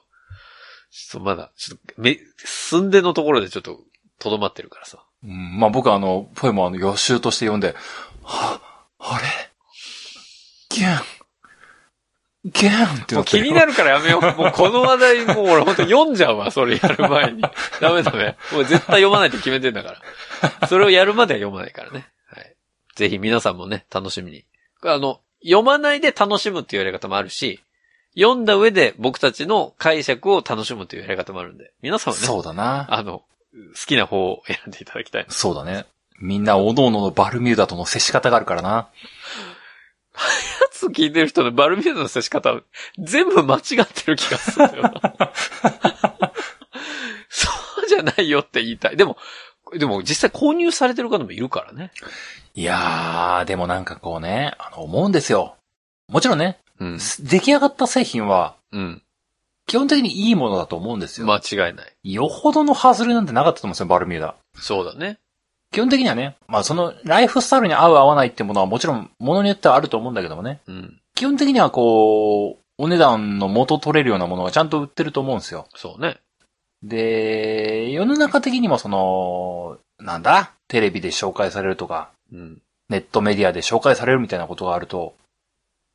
Speaker 1: とまだ、ちょっと、め、寸でのところでちょっと、とどまってるからさ。
Speaker 2: うんまあ僕はあの、ポエムをあの予習として読んで、は、あれゲンゲンって
Speaker 1: も
Speaker 2: な
Speaker 1: う
Speaker 2: って
Speaker 1: 気
Speaker 2: る
Speaker 1: になるからやめよ う。もうこの話題、もう俺ほんと読んじゃうわ、それやる前 に。ダメだね。もう絶対読まないって決めてんだから。それをやるまでは読まないからね。はい。ぜひ皆さんもね、楽しみに。あの、読まないで楽しむっていうやり方もあるし、読んだ上で僕たちの解釈を楽しむというやり方もあるんで、皆さんはね、
Speaker 2: そうだな。
Speaker 1: あの、好きな方を選んでいただきたい。
Speaker 2: そうだね。みんな、おのおののバルミューダとの接し方があるからな。
Speaker 1: やつ聞いてる人のバルミューダの接し方、全部間違ってる気がするんだよな。そうじゃないよって言いたい。でも、でも実際購入されてる方もいるからね。
Speaker 2: いやー、でもなんかこうね、あの、思うんですよ。もちろんね、
Speaker 1: うん。
Speaker 2: 出来上がった製品は、
Speaker 1: うん。
Speaker 2: 基本的にいいものだと思うんですよ。
Speaker 1: 間違いない。
Speaker 2: よほどのハズレなんてなかったと思うんですよ、バルミューダ。
Speaker 1: そうだね。
Speaker 2: 基本的にはね、まあその、ライフスタイルに合う合わないってものはもちろん、ものによってはあると思うんだけどもね。
Speaker 1: うん。
Speaker 2: 基本的にはこう、お値段の元取れるようなものがちゃんと売ってると思うんですよ。
Speaker 1: そうね。
Speaker 2: で、世の中的にもその、なんだテレビで紹介されるとか、
Speaker 1: うん。
Speaker 2: ネットメディアで紹介されるみたいなことがあると、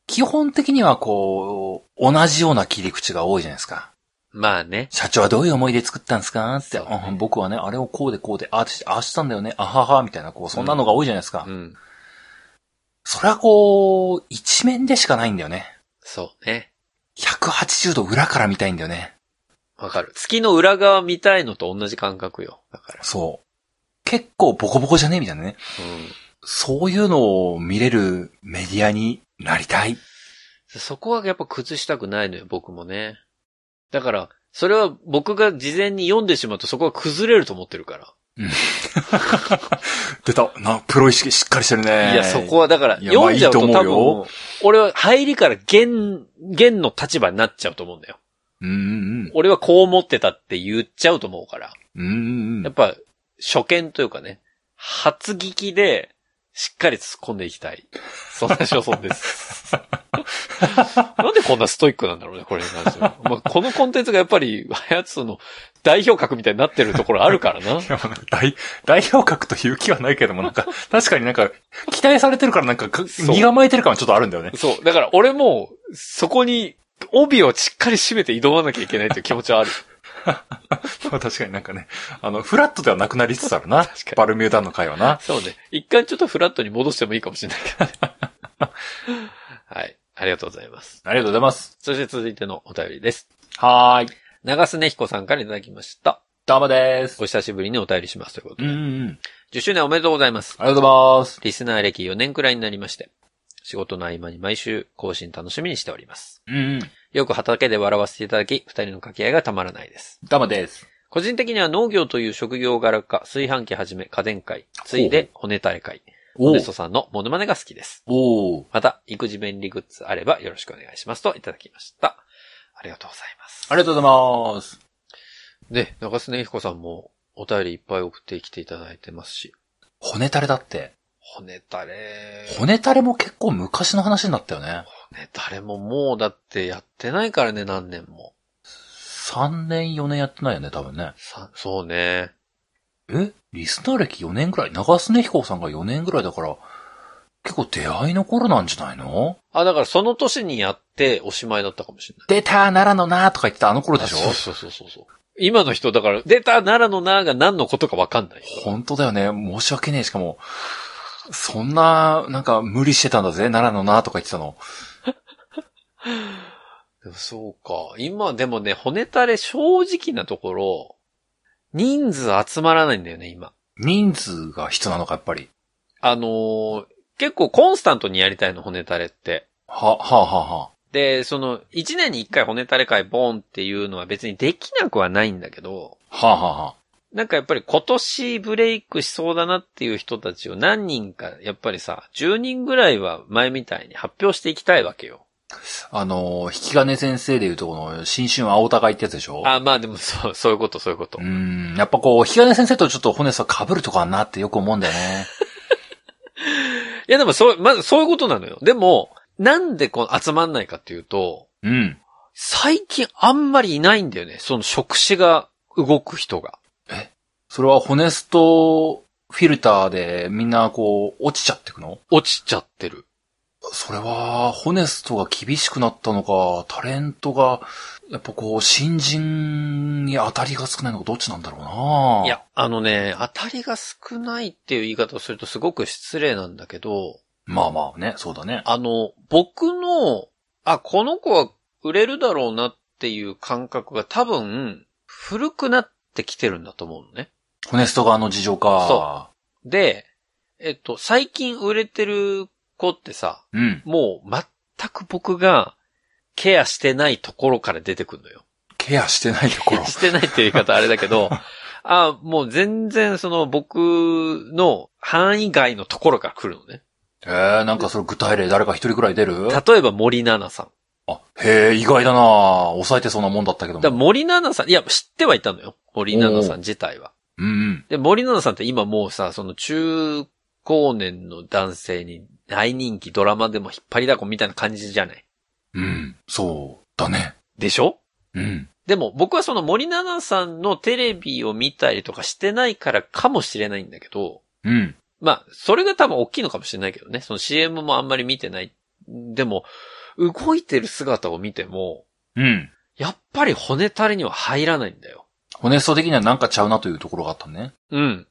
Speaker 2: 基本的にはこう、同じような切り口が多いじゃないですか。
Speaker 1: まあね。
Speaker 2: 社長はどういう思いで作ったんですかって、
Speaker 1: そうね
Speaker 2: あ僕はね、あれをこうでこうで、ああして、ああしたんだよね、あはは、みたいな、こう、そんなのが多いじゃないですか。
Speaker 1: うん。
Speaker 2: それはこう、一面でしかないんだよね。
Speaker 1: そうね。
Speaker 2: 180度裏から見たいんだよね。
Speaker 1: わかる。月の裏側見たいのと同じ感覚よ。だから。
Speaker 2: そう。結構ボコボコじゃねみたいなね。
Speaker 1: うん。
Speaker 2: そういうのを見れるメディアになりたい。
Speaker 1: そこはやっぱ崩したくないのよ、僕もね。だから、それは僕が事前に読んでしまうとそこが崩れると思ってるから。
Speaker 2: 出た。な、プロ意識しっかりしてるね。
Speaker 1: いや、そこはだから、
Speaker 2: いや
Speaker 1: 読んじゃうと
Speaker 2: まあいい
Speaker 1: 多
Speaker 2: と思うよ
Speaker 1: 分、俺は入りから現、現の立場になっちゃうと思うんだよ。
Speaker 2: うんうん
Speaker 1: 俺はこう思ってたって言っちゃうと思うから。
Speaker 2: うん。うんうんう
Speaker 1: やっ
Speaker 2: ん。
Speaker 1: ぱ、初見というかね、初聞きで、しっかり突っ込んでいきたい。そんな所存です。 なんでこんなストイックなんだろうね、これに関しては。まあ、このコンテンツがやっぱり、ハヤツの代表格みたいになってるところあるからな。
Speaker 2: いやもうなんか代 代表格という気はないけども、なんか、確かになんか、期待されてるからなんか、か
Speaker 1: そう
Speaker 2: 身構えてる感はちょっとあるんだよね。
Speaker 1: そう。だから俺も、そこに、帯をしっかり締めて挑まなきゃいけないという気持ちはある。
Speaker 2: まあ確かになんかね、あの、フラットではなくなりつつあるな
Speaker 1: かに。
Speaker 2: バルミューダの会はな。
Speaker 1: そうね。一回ちょっとフラットに戻してもいいかもしれないけどね。はい。ありがとうございます。
Speaker 2: ありがとうございます。
Speaker 1: そして続いてのお便りです。
Speaker 2: はーい。
Speaker 1: 長須根彦さんからいただきました。
Speaker 2: どうもです。
Speaker 1: お久しぶりにお便りしますということ
Speaker 2: うん
Speaker 1: で。
Speaker 2: うんうん。
Speaker 1: 10周年おめでとうございます。
Speaker 2: ありがとうございます。
Speaker 1: リスナー歴4年くらいになりまして、仕事の合間に毎週更新楽しみにしております。
Speaker 2: うんうん。
Speaker 1: よく畑で笑わせていただき、二人の掛け合いがたまらないです。
Speaker 2: どうもです。
Speaker 1: 個人的には農業という職業柄か、炊飯器はじめ家電会、ついで骨垂れ会、
Speaker 2: お
Speaker 1: ネストさんのモノマネが好きです。
Speaker 2: おお
Speaker 1: また、育児便利グッズあればよろしくお願いしますといただきました。ありがとうございます。
Speaker 2: ありがとうございます。
Speaker 1: ね、中須根彦さんもお便りいっぱい送ってきていただいてますし、
Speaker 2: 骨垂れだって。
Speaker 1: 骨垂れ。
Speaker 2: 骨垂れも結構昔の話になったよね。
Speaker 1: ね、誰ももうだってやってないからね、何年も。
Speaker 2: 3年4年やってないよね、多分ね。
Speaker 1: さそうね。
Speaker 2: えリスナー歴4年ぐらい長須根彦さんが4年ぐらいだから、結構出会いの頃なんじゃないの
Speaker 1: あ、だからその年にやっておしまいだったかもしれない。
Speaker 2: 出た奈良のなーとか言ってたあの頃でしょ
Speaker 1: あそうそうそうそう。今の人、だから、出た奈良のなが何のことかわかんない。
Speaker 2: 本当だよね。申し訳ねえ。しかも、そんな、なんか無理してたんだぜ。奈良のなーとか言ってたの。
Speaker 1: でもそうか。今でもね、骨垂れ正直なところ、人数集まらないんだよね、今。
Speaker 2: 人数が必要なのか、やっぱり。
Speaker 1: あのー結構コンスタントにやりたいの、骨垂れって。
Speaker 2: は、はあ、はあはあ、
Speaker 1: で、その、1年に1回骨垂れ会ボーンっていうのは別にできなくはないんだけど、
Speaker 2: はあ、はあはあ。
Speaker 1: なんかやっぱり今年ブレイクしそうだなっていう人たちを何人か、やっぱりさ、10人ぐらいは前みたいに発表していきたいわけよ。
Speaker 2: あの、引き金先生でいうとこの、新春青高いってやつでしょ
Speaker 1: あ、まあでもそう、 そういうこと、そういうこと
Speaker 2: う。ん、やっぱこう、引き金先生とちょっと骨さ被るとこあんなってよく思うんだよね。
Speaker 1: いやでもそう、まずそういうことなのよ。でも、なんでこの集まんないかっていうと、
Speaker 2: うん。
Speaker 1: 最近あんまりいないんだよね。その触手が動く人が。
Speaker 2: それは骨ストフィルターでみんなこう、落ちちゃってくの
Speaker 1: 落ちちゃってる。。
Speaker 2: それは、ホネストが厳しくなったのか、タレントが、やっぱこう、新人に当たりが少ないのか、どっちなんだろうない
Speaker 1: や、あのね、当たりが少ないっていう言い方をするとすごく失礼なんだけど、
Speaker 2: まあまあね、そうだね。
Speaker 1: あの、僕の、あ、この子は売れるだろうなっていう感覚が多分、古くなってきてるんだと思うのね。
Speaker 2: ホネスト側の事情か。
Speaker 1: そで、えっと、最近売れてる子ってさ、
Speaker 2: う。うん。
Speaker 1: もう全く僕がケアしてないところから出てくるのよ。
Speaker 2: ケアしてないと ころ。
Speaker 1: してないっていう言い方あれだけ ど、あもう全然その僕の範囲外のところから来るのね。
Speaker 2: えー、なんかそれ具体例誰か一人くらい出る
Speaker 1: 例えば森七菜さん。
Speaker 2: あ、へえ、意外だな抑えてそうなもんだったけど
Speaker 1: だから
Speaker 2: も。
Speaker 1: 森七菜さん、いや、知ってはいたのよ。森七菜さん自体は。
Speaker 2: うんうん。
Speaker 1: で、森七菜さんって今もうさ、その中高年の男性に大人気ドラマでも引っ張りだこみたいな感じじゃない
Speaker 2: うん。そう。だね。
Speaker 1: でしょ
Speaker 2: うん。
Speaker 1: でも僕はその森七菜さんのテレビを見たりとかしてないからかもしれないんだけど、
Speaker 2: うん。
Speaker 1: まあ、それが多分大きいのかもしれないけどね。その CM もあんまり見てない。でも、動いてる姿を見ても、
Speaker 2: うん。
Speaker 1: やっぱり骨たれには入らないんだよ。
Speaker 2: ホネスト的にはなんかちゃうなというところがあったね。
Speaker 1: うん。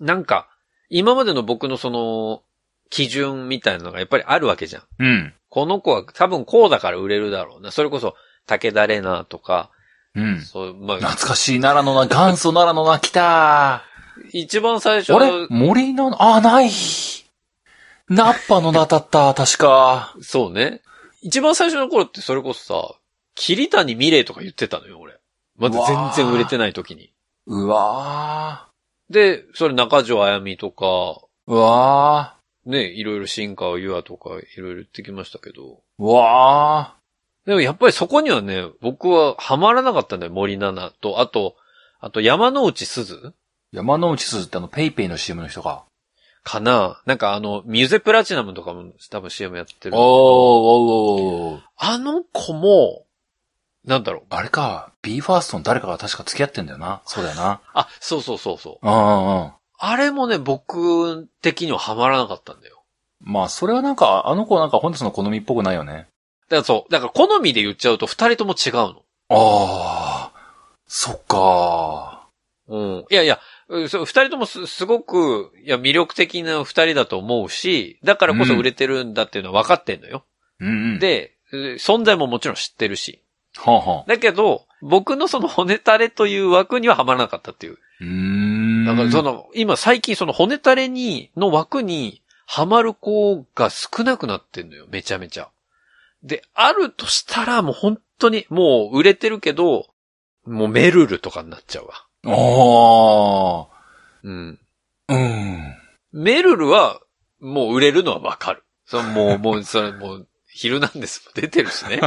Speaker 1: なんか、今までの僕のその、基準みたいなのがやっぱりあるわけじゃん。
Speaker 2: うん。
Speaker 1: この子は多分こうだから売れるだろうな。それこそ、武田玲奈とか、
Speaker 2: うん。
Speaker 1: そう、まあ、
Speaker 2: 懐かしい奈良のな、 元祖奈良のな、来た
Speaker 1: 一番最初
Speaker 2: あれ森のな、あ、ないナッパのなだった、 確か。
Speaker 1: そうね。一番最初の頃ってそれこそさ、桐谷美玲とか言ってたのよ、俺。まだ全然売れてない時に。
Speaker 2: うわ
Speaker 1: で、それ中条あやみとか、
Speaker 2: ー。うわ
Speaker 1: ね、いろいろ新川優愛とかいろいろ言ってきましたけど。
Speaker 2: ー。うわ
Speaker 1: でもやっぱりそこにはね、僕はハマらなかったんだよ、森七菜と。あと、あと山之内すず
Speaker 2: ー。山之内すずってあの、ペイペイの CM の人か。
Speaker 1: かななんかあの、ミュゼプラチナムとかも多分 CM やってる。
Speaker 2: おー、おー、おー。
Speaker 1: あの子も、なんだろう。
Speaker 2: あれか、b ファーストの誰かが確か付き合ってんだよな。そうだよな。
Speaker 1: あ、そうそうそうそう。
Speaker 2: うんうんうん。
Speaker 1: あれもね、僕的にはハマらなかったんだよ。
Speaker 2: まあ、それはなんか、あの子なんか本日の好みっぽくないよね。
Speaker 1: だからそう。だから好みで言っちゃうと二人とも違うの。
Speaker 2: ああ、そっか
Speaker 1: うん。いやいや、うんそう、二人ともす、すごく、いや、魅力的な二人だと思うし、だからこそ売れてるんだっていうのは分かってんのよ。
Speaker 2: ー。うんうん。、
Speaker 1: で、えー存在ももちろん知ってるし。
Speaker 2: はあ、はあ、
Speaker 1: だけど、僕のその骨垂れという枠にはハマらなかったっていう。
Speaker 2: うーん。
Speaker 1: だからその、今最近その骨垂れに、の枠に、ハマる子が少なくなってんのよ、めちゃめちゃ。で、あるとしたらもう本当に、もう売れてるけど、もうメルルとかになっちゃうわ。
Speaker 2: あ
Speaker 1: うん。
Speaker 2: あ、うん。
Speaker 1: メルルは、もう売れるのはわかる。そのもう、もう、それ、もう、ヒルナンデスも出てるしね。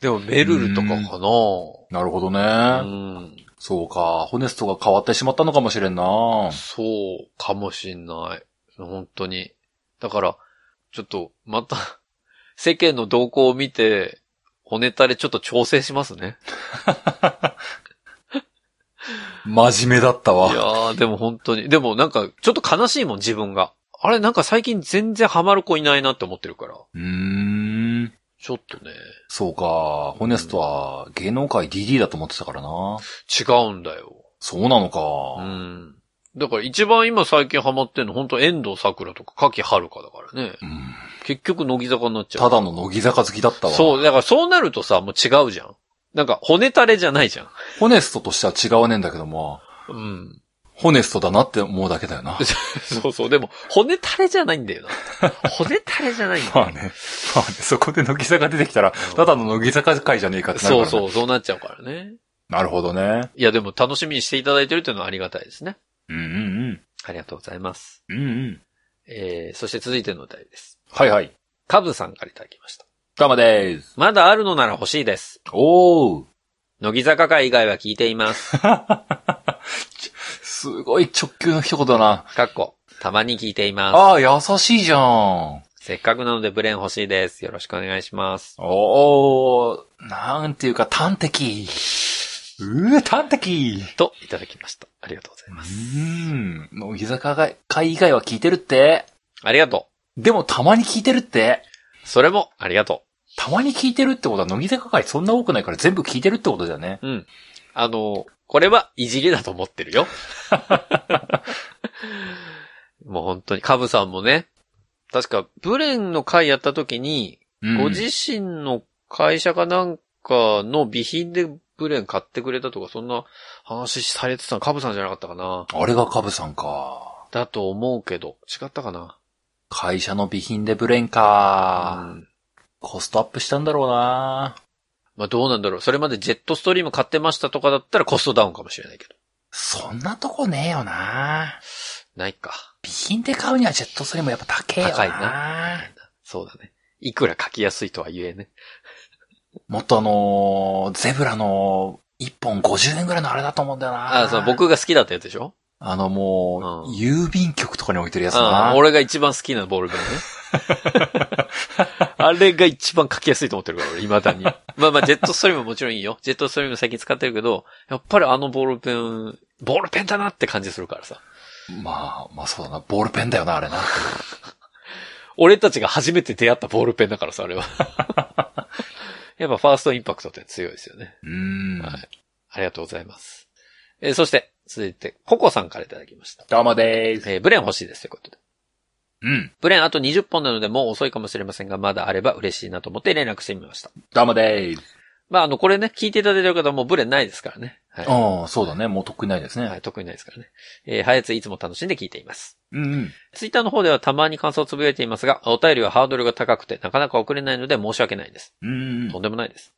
Speaker 1: でも、メルルとかか
Speaker 2: なるほどね。
Speaker 1: なうん。
Speaker 2: そうか。ホネストが変わってしまったのかもしれんな。
Speaker 1: そう、かもしんない。本当に。だから、ちょっと、また、 世間の動向を見て、骨垂れちょっと調整しますね。
Speaker 2: 真面目だった
Speaker 1: い
Speaker 2: わ。
Speaker 1: やー、でも本当に。でもなんか、ちょっと悲しいもん、自分が。あれ、なんか最近全然ハマる子いないなって思ってるから。
Speaker 2: うーん。
Speaker 1: ちょっとね。
Speaker 2: そうか。ホネストは芸能界 DD だと思ってたからな。
Speaker 1: 違うんだよ。
Speaker 2: そうなの
Speaker 1: う
Speaker 2: か。
Speaker 1: ん。だから一番今最近ハマってんの、本当遠藤桜とか柿遥香だからね。
Speaker 2: うん、
Speaker 1: 結局乃木坂になっちゃ
Speaker 2: た
Speaker 1: う。
Speaker 2: だの乃木坂好きだったわ。
Speaker 1: そう、だからそうなるとさ、もう違うじゃん。なんか骨垂れじゃないじゃん。
Speaker 2: ホネストとしては違わねえんだけども、
Speaker 1: うん。
Speaker 2: ホネストだなって思うだけだよな。
Speaker 1: そうそう、でも骨垂れじゃないんだよ な。骨垂れじゃないんだよ。
Speaker 2: まあね。まあね、そこで乃木坂出てきたら、ただの乃木坂界じゃねえかってなるか
Speaker 1: そ
Speaker 2: ら、
Speaker 1: う
Speaker 2: ね。
Speaker 1: そう、そうなっちゃうからね。
Speaker 2: なるほどね。
Speaker 1: いや、でも楽しみにしていただいてるっていうのはありがたいですね。
Speaker 2: うんうん
Speaker 1: ありがとうございます。
Speaker 2: うん。うんうん。
Speaker 1: えー、そして続いてのお便りです。
Speaker 2: はいはい。
Speaker 1: カブさんからいただきました。
Speaker 2: ガマでーす。
Speaker 1: まだあるのなら欲しいです。
Speaker 2: おー。
Speaker 1: 乃木坂会以外は聞いています。
Speaker 2: すごい直球の一言だな。
Speaker 1: かっこ、たまに聞いていま
Speaker 2: ああ、優しいじゃん。
Speaker 1: す。せっかくなのでブレン欲しいです。よろしくお願いします。
Speaker 2: おー、なんていうか端的。うー、端的。
Speaker 1: と、いただきました。ありがとうございうます。
Speaker 2: ーん。乃木坂が会以外は聞いてるって。
Speaker 1: ありがと
Speaker 2: でもたまに聞いてるって。
Speaker 1: う。それも、ありがと
Speaker 2: たまに聞いてるってことは、乃木坂会そんな多くないから全部聞いてるってことだよね。
Speaker 1: う。うん。あの、これはいじりだと思ってる よ。もう本当に、カブさんもね、確か、ブレンの回やった時に、
Speaker 2: うん
Speaker 1: ご自身の会社かなんかの備品でブレン買ってくれたとか、そんな話されてたの、カブさんじゃなかったかな
Speaker 2: あれがカブさんか。
Speaker 1: だと思うけど、違ったかな
Speaker 2: 会社の備品でブレンか、
Speaker 1: うん
Speaker 2: コストアップしたんだろうな
Speaker 1: まあどうなんだろう。それまでジェットストリーム買ってましたとかだったらコストダウンかもしれないけど。
Speaker 2: そんなとこねえよな
Speaker 1: ないか。
Speaker 2: 備品で買うにはジェットストリームやっぱ高えよな
Speaker 1: 高いな。そうだね。いくら書きやすいとは言えね。
Speaker 2: もっとあのーゼブラの1本50円ぐらいのあれだと思うんだよな
Speaker 1: ああ、そう、。僕が好きだったやつでしょ
Speaker 2: あのもう、
Speaker 1: うん
Speaker 2: 郵便局とかに置いてるやつだ
Speaker 1: あ
Speaker 2: な。
Speaker 1: あ俺が一番好きなボールペンね。あれが一番書きやすいと思ってるから、俺、未だに。まあまあ、ジェットストリームもちろんいいよ。ジェットストリーム最近使ってるけど、やっぱりあのボールペン、ボールペンだなって感じするからさ。
Speaker 2: まあ、まあそうだな。ボールペンだよな、あれな。
Speaker 1: 俺たちが初めて出会ったボールペンだからさ、あれは。やっぱファーストインパクトって強いですよね。
Speaker 2: うーん。
Speaker 1: はいありがとうございます。えーそして、続いて、ココさんからいただきました。
Speaker 2: どうもでーす。
Speaker 1: えーブレン欲しいですということで。
Speaker 2: うん。
Speaker 1: ブレンあと20本なのでもう遅いかもしれませんが、まだあれば嬉しいなと思って連絡してみました。
Speaker 2: どうもでーす。
Speaker 1: まあ、あの、これね、聞いていただいてる方はもうブレないですからね。はい。
Speaker 2: ああ、そうだね。もうとっくにないですね。
Speaker 1: はい、特にないですからね。えー、はやついつも楽しんで聞いています。
Speaker 2: うんうん。
Speaker 1: ツイッターの方ではたまに感想をつぶやいていますが、お便りはハードルが高くてなかなか送れないので申し訳ないです。
Speaker 2: うんうん
Speaker 1: とんでもないです。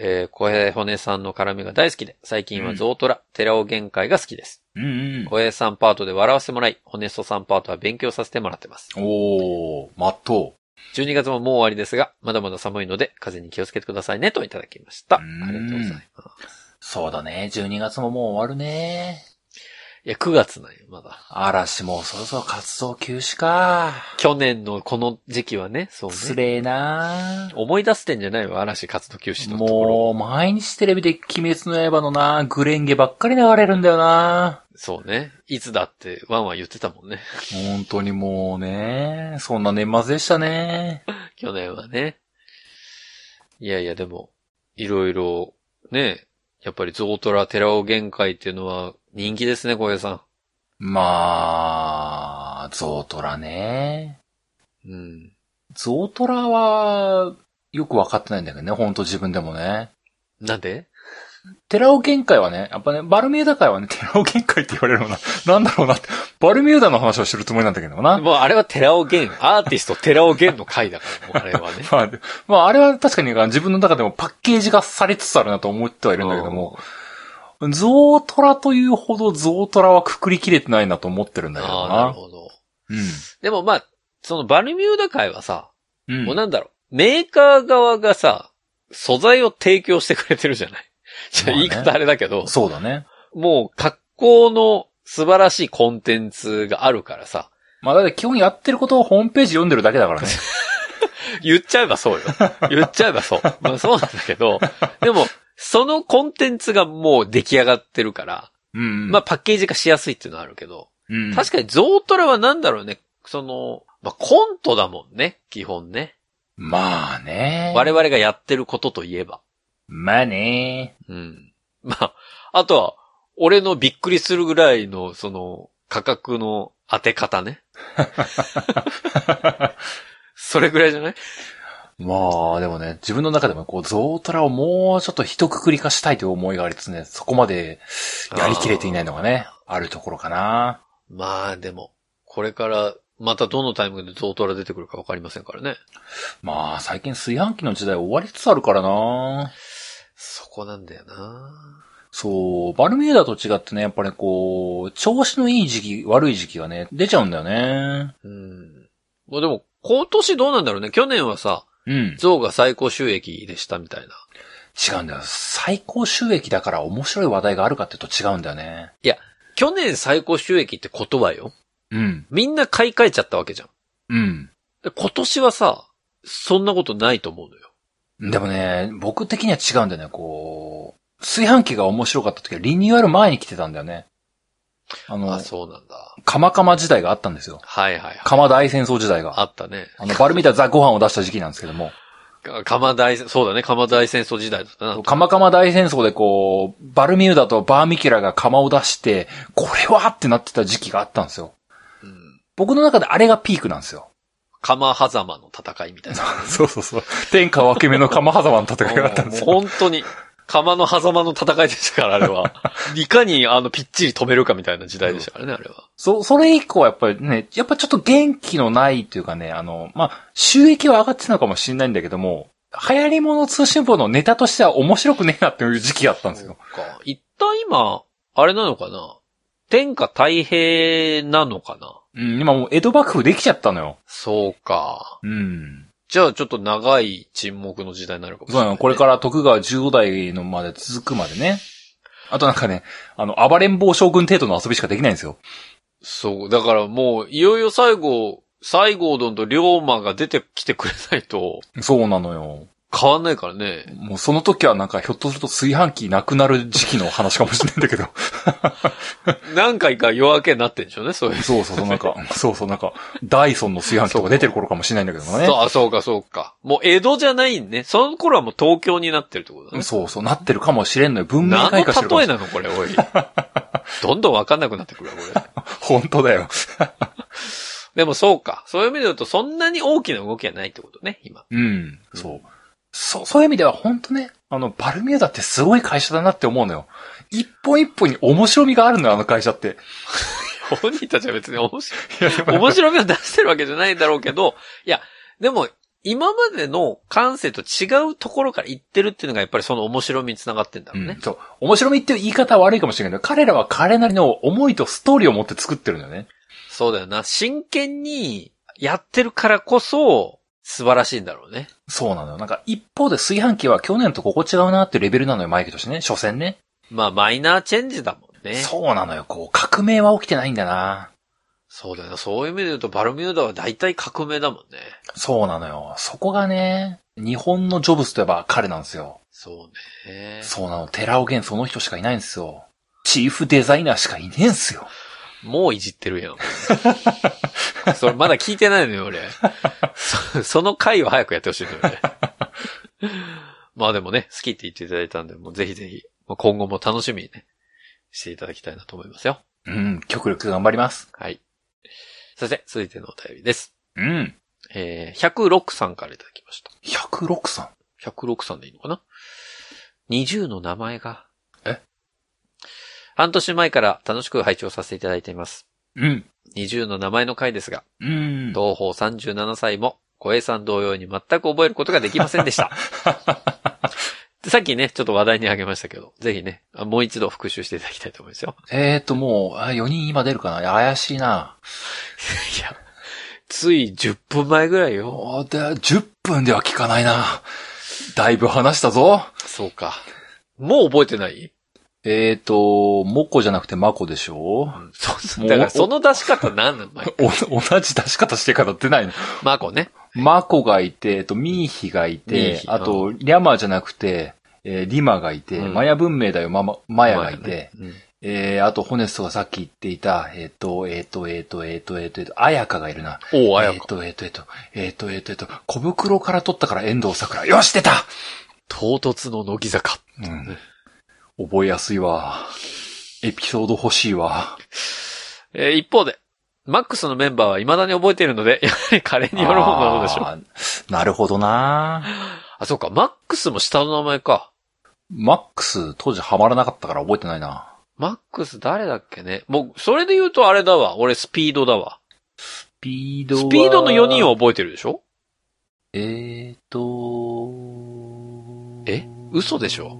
Speaker 1: えー、小平骨さんの絡みが大好きで、最近はゾウトラ、寺尾限界が好きです。
Speaker 2: うんうん。
Speaker 1: 小平さんパートで笑わせてもらい、ホネストさんパートは勉強させてもらってます。
Speaker 2: おー、まっと
Speaker 1: 12月ももう終わりですが、まだまだ寒いので、風に気をつけてくださいね、といただきました。あ
Speaker 2: うん
Speaker 1: りがとうございます。
Speaker 2: う。そうだね。12月ももう終わるね。
Speaker 1: いや、9月なんよ、まだ。
Speaker 2: 嵐もそろそろ活動休止か。
Speaker 1: 去年のこの時期はね、そう
Speaker 2: つ
Speaker 1: ね。
Speaker 2: れえな
Speaker 1: 思い出してんじゃないよ、嵐活動休止のところ。
Speaker 2: もう、毎日テレビで鬼滅の刃のな、グレンゲばっかり流れるんだよな。
Speaker 1: そうね。いつだってワンワン言ってたもんね。
Speaker 2: 本当にもうね、そんな年末でしたね。
Speaker 1: 去年はね。いやいや、でも、いろいろ、ね、やっぱりゾウトラ、寺尾限界っていうのは人気ですね、小平さ
Speaker 2: まあ、ゾウトラね。
Speaker 1: ん。うん。
Speaker 2: ゾウトラは、よくわかってないんだけどね、ほんと自分でもね。
Speaker 1: なんで
Speaker 2: 寺尾限界はね、やっぱね、バルミューダ界はね、寺尾限界って言われるのな。 なんだろうなって。バルミューダの話をしてるつもりなんだけどな。
Speaker 1: もうあれは寺尾玄、アーティスト寺尾玄の回だから、もうあれはね。
Speaker 2: まあ、まあ、あれは確かに自分の中でもパッケージがされつ つあるなと思ってはいるんだけども、ゾウトラというほどゾウトラはくくりきれてないなと思ってるんだけど
Speaker 1: ああ、
Speaker 2: な。
Speaker 1: なるほど。
Speaker 2: う
Speaker 1: でもまあ、そのバルミューダ界はさ、
Speaker 2: ん。
Speaker 1: もう
Speaker 2: うん、
Speaker 1: なんだろう、メーカー側がさ、素材を提供してくれてるじ ゃない。じゃ
Speaker 2: ま
Speaker 1: あ
Speaker 2: あね
Speaker 1: 言い方あれだけど、
Speaker 2: そうだね。
Speaker 1: もう格好の素晴らしいコンテンツがあるからさ、
Speaker 2: まあだって基本やってることをホームページ読んでるだけだからね。
Speaker 1: 言っちゃえばそうよ。言っちゃえばそう。まあそうなんだけど、でも、そのコンテンツがもう出来上がってるから、
Speaker 2: うんう ん。
Speaker 1: まあパッケージ化しやすいっていうのはあるけど、
Speaker 2: うん、
Speaker 1: 確かにゾウトラはなんだろうね、その、まあコントだもんね、基本ね。
Speaker 2: まあね。
Speaker 1: 我々がやってることといえば。
Speaker 2: まあね。
Speaker 1: うん。まあ、あとは、俺のびっくりするぐらいの、その、価格の当て方 ね。それぐらいじゃない
Speaker 2: まあでもね、自分の中でもこう、ゾウトラをもうちょっと一括り化したいという思いがありつつね、そこまでやりきれていないのがね、あるところかな。
Speaker 1: まあ、でも、これから、またどのタイミングでゾウトラ出てくるかわかりませんからね。
Speaker 2: まあ最近炊飯器の時代終わりつつあるからな。
Speaker 1: そこなんだよな
Speaker 2: そう、バルミューダと違ってね、やっぱりこう、調子のいい時期、悪い時期がね、出ちゃうんだよね。
Speaker 1: うん。まあでも、今年どうなんだろうね。去年はさ、
Speaker 2: うん。
Speaker 1: ゾウが最高収益でしたみたいな。
Speaker 2: 違うんだよ。最高収益だから面白い話題があるかっていうと違うんだよね。
Speaker 1: 去年最高収益ってことはよ。
Speaker 2: うん。
Speaker 1: みんな買い替えちゃったわけじゃん。
Speaker 2: うん。
Speaker 1: で今年はさ、そんなことないと思うのよ。
Speaker 2: でもね、僕的には違うんだよね。こう、炊飯器が面白かった時はリニューアル前に来てたんだよね。あの
Speaker 1: あ、、そうなんだ。
Speaker 2: カマカマ時代があったんですよ。
Speaker 1: はいはいはい。
Speaker 2: カマ大戦争時代が。
Speaker 1: あったね。
Speaker 2: あの、バルミューダザ・ご飯を出した時期なんですけども。
Speaker 1: か釜大戦、そうだね、釜大戦争時代だったな。
Speaker 2: カマカマ大戦争でこう、バルミューダとバーミキュラが釜を出して、これはってなってた時期があったんですよ。
Speaker 1: うん。
Speaker 2: 僕の中であれがピークなんですよ。
Speaker 1: 釜狭間の戦いみたいな。
Speaker 2: そうそうそう。天下分け目の鎌狭間の戦いがあったんです
Speaker 1: もう
Speaker 2: よ。
Speaker 1: 本当に、釜の狭間の戦いでしたから、あれ は。いかに、あの、ぴっちり止めるかみたいな時代でしたからね、あれは。
Speaker 2: そ、それ以降はやっぱりね、やっぱちょっと元気のないというかね、あの、まあ、収益は上がってたのかもしれないんだけども、流行り物通信簿のネタとしては面白くねえなっていう時期があったんで
Speaker 1: そ
Speaker 2: す
Speaker 1: う
Speaker 2: よ。
Speaker 1: か。一旦今、あれなのかな天下太平なのかな
Speaker 2: うん、今もう江戸幕府できちゃったのよ。
Speaker 1: そうか。
Speaker 2: うん。
Speaker 1: じゃあちょっと長い沈黙の時代になるかもし
Speaker 2: そ
Speaker 1: れ
Speaker 2: う
Speaker 1: な、
Speaker 2: ないの、これから徳川15代のまで続くまでね。あとなんかね、あの、暴れん坊将軍程度の遊びしかできないんですよ。
Speaker 1: そう、だからもう、いよいよ最後、西郷どんと龍馬が出てきてくれないと、
Speaker 2: そうなのよ。
Speaker 1: 変わんないからね。
Speaker 2: もうその時はなんかひょっとすると炊飯器なくなる時期の話かもしれないんだけど。
Speaker 1: 何回か夜明けになってんでしょうね、そういう。
Speaker 2: そうそうそう、なんか、そうそう、なんか、ダイソンの炊飯器とか出てる頃かもしれないんだけどもね。
Speaker 1: そう、あ、そうか、そうか。もう江戸じゃないんね。その頃はもう東京になってるってことだね。
Speaker 2: そうそう、なってるかもしれんのよ。文明
Speaker 1: 何
Speaker 2: 開化してるか
Speaker 1: の
Speaker 2: も
Speaker 1: 例え
Speaker 2: しれん。
Speaker 1: なのこれ、おい。 どんどんわかんなくなってくるわ、これ。
Speaker 2: 本当だよ。
Speaker 1: でもそうか。そういう意味で言うと、そんなに大きな動きはないってことね、今。
Speaker 2: うん。そう。そう、そういう意味では本当ね、あの、バルミューダってすごい会社だなって思うのよ。一本一本に面白みがあるのよ、あの会社って。
Speaker 1: 本人たちは別に面白
Speaker 2: いや、でも
Speaker 1: い、 面白みを出してるわけじゃないだろうけど、いや、でも、今までの感性と違うところから言ってるっていうのが、やっぱりその面白みにつながってんだろうね。
Speaker 2: そう。面白みっていう言い方は悪いかもしれないけど、彼らは彼なりの思いとストーリーを持って作ってるんだよね。
Speaker 1: そうだよな。真剣にやってるからこそ、素晴らしいんだろうね。
Speaker 2: そうなのよ。なんか、一方で炊飯器は去年とここ違うなっていうレベルなのよ、マイケとしてね。所詮ね。
Speaker 1: まあ、マイナーチェンジだもんね。そう
Speaker 2: そうなのよ。こう、革命は起きてないんだな。
Speaker 1: だよな。そういう意味で言うと、バルミューダは大体革命だもんね。
Speaker 2: そうなのよ。そこがね、日本のジョブスといえば彼なんですよ。
Speaker 1: そうね。
Speaker 2: そうなの。寺尾源その人しかいないんですよ。チーフデザイナーしかいねえんすよ。
Speaker 1: もういじってるやん。それまだ聞いてないのよ、俺。そその回を早くやってほしいのよね。まあでもね、好きって言っていただいたんで、もうぜひぜひ、まあ今後も楽しみにね、していただきたいなと思いますよ。
Speaker 2: うん、極力頑張ります。
Speaker 1: はい。そして、続いてのお便りです。
Speaker 2: うん。
Speaker 1: えー、106さんからいただきました。
Speaker 2: 106さん。
Speaker 1: 106さんでいいのかな ?20 の名前が。
Speaker 2: え
Speaker 1: 半年前から楽しく拝聴させていただいています。
Speaker 2: うん。
Speaker 1: 20の名前の回ですが、
Speaker 2: うん。
Speaker 1: 同胞37歳も、小江さん同様に全く覚えることができませんで した。でさっきね、ちょっと話題にあげましたけど、ぜひね、あもう一度復習していただきたいと思いますよ。
Speaker 2: えーと、もう、あ4人今出るかないや怪しいな。
Speaker 1: いや、つい10分前ぐらいよ。
Speaker 2: おーで、10分では聞かないな。だいぶ話したぞ。
Speaker 1: そうか。もう覚えてない、
Speaker 2: えーと、もっこじゃなくてまこでしょ
Speaker 1: うん、そう だからその出し方何なのマイ
Speaker 2: お、 同じ出し方してから出ないの。
Speaker 1: マコね。
Speaker 2: まこがいて、えっと、ミーヒがい
Speaker 1: ミー
Speaker 2: て
Speaker 1: ヒ、
Speaker 2: あと、リャマじゃなくて、えーリマがいて、
Speaker 1: うん
Speaker 2: マヤ文明だよ、マママヤが
Speaker 1: マヤ
Speaker 2: い
Speaker 1: ね
Speaker 2: て、
Speaker 1: うん
Speaker 2: えーあと、ホネストがさっき言っていた、えっ、と、えっ、と、えっ、と、えっ、と、えっ、と、えっ、と、アヤカがいるな。
Speaker 1: おう、あや
Speaker 2: えっ、
Speaker 1: か。
Speaker 2: と、えっ、と、えっ、と、えっ、と、えっ、と、えっ、と、小袋から取ったから遠藤桜。よし、出た
Speaker 1: 唐突の乃木坂。
Speaker 2: うん。覚えやすいわ。エピソード欲しいわ。
Speaker 1: えー一方で、マックスのメンバーは未だに覚えているので、やはりカレーによるものなのでしょう。あ
Speaker 2: あーなるほどな
Speaker 1: そうか、マックスも下の名前か。
Speaker 2: マックス、当時ハマらなかったから覚えてないな。
Speaker 1: マックス誰だっけね。もう、それで言うとあれだわ。俺、スピードだわ。
Speaker 2: スピードは
Speaker 1: スピードの4人を覚えてるでしょ
Speaker 2: えーと、
Speaker 1: え嘘でしょ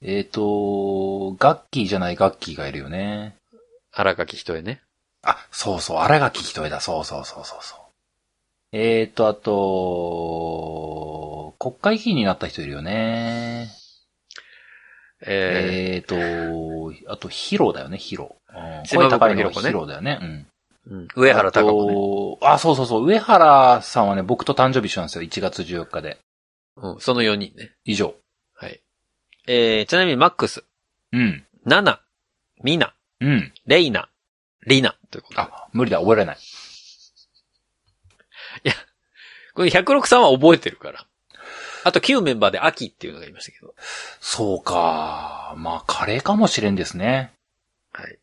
Speaker 2: えーと、ガッキーじゃないガッキーがいるよね。
Speaker 1: 荒垣ひとえね。
Speaker 2: あ、そうそう、荒垣ひとえだ。そうそうそうそうそう。えーと、あと、国会議員になった人いるよね。
Speaker 1: え
Speaker 2: えーと、あと、ヒロだよね、ヒロ。うん
Speaker 1: 島
Speaker 2: 声高
Speaker 1: 袋ヒロ
Speaker 2: いのが
Speaker 1: 子ね
Speaker 2: ヒロだよね。うん。
Speaker 1: ーうん上原
Speaker 2: あ
Speaker 1: 隆子ね。
Speaker 2: とあ、そうそうそう。上原さんはね、僕と誕生日一緒なんですよ。1月14日で。
Speaker 1: うん、その4人ね。
Speaker 2: 以上。
Speaker 1: はい。えー、ちなみにマックス、
Speaker 2: うん。
Speaker 1: ナナ、ミナ、
Speaker 2: うん。
Speaker 1: レイナ、リナ、ということで。
Speaker 2: あ、無理だ、覚えられない。
Speaker 1: これ106さんは覚えてるから。あと旧メンバーで秋っていうのがいましたけど。
Speaker 2: そうか。まあ、カレーかもしれんですね。
Speaker 1: はい。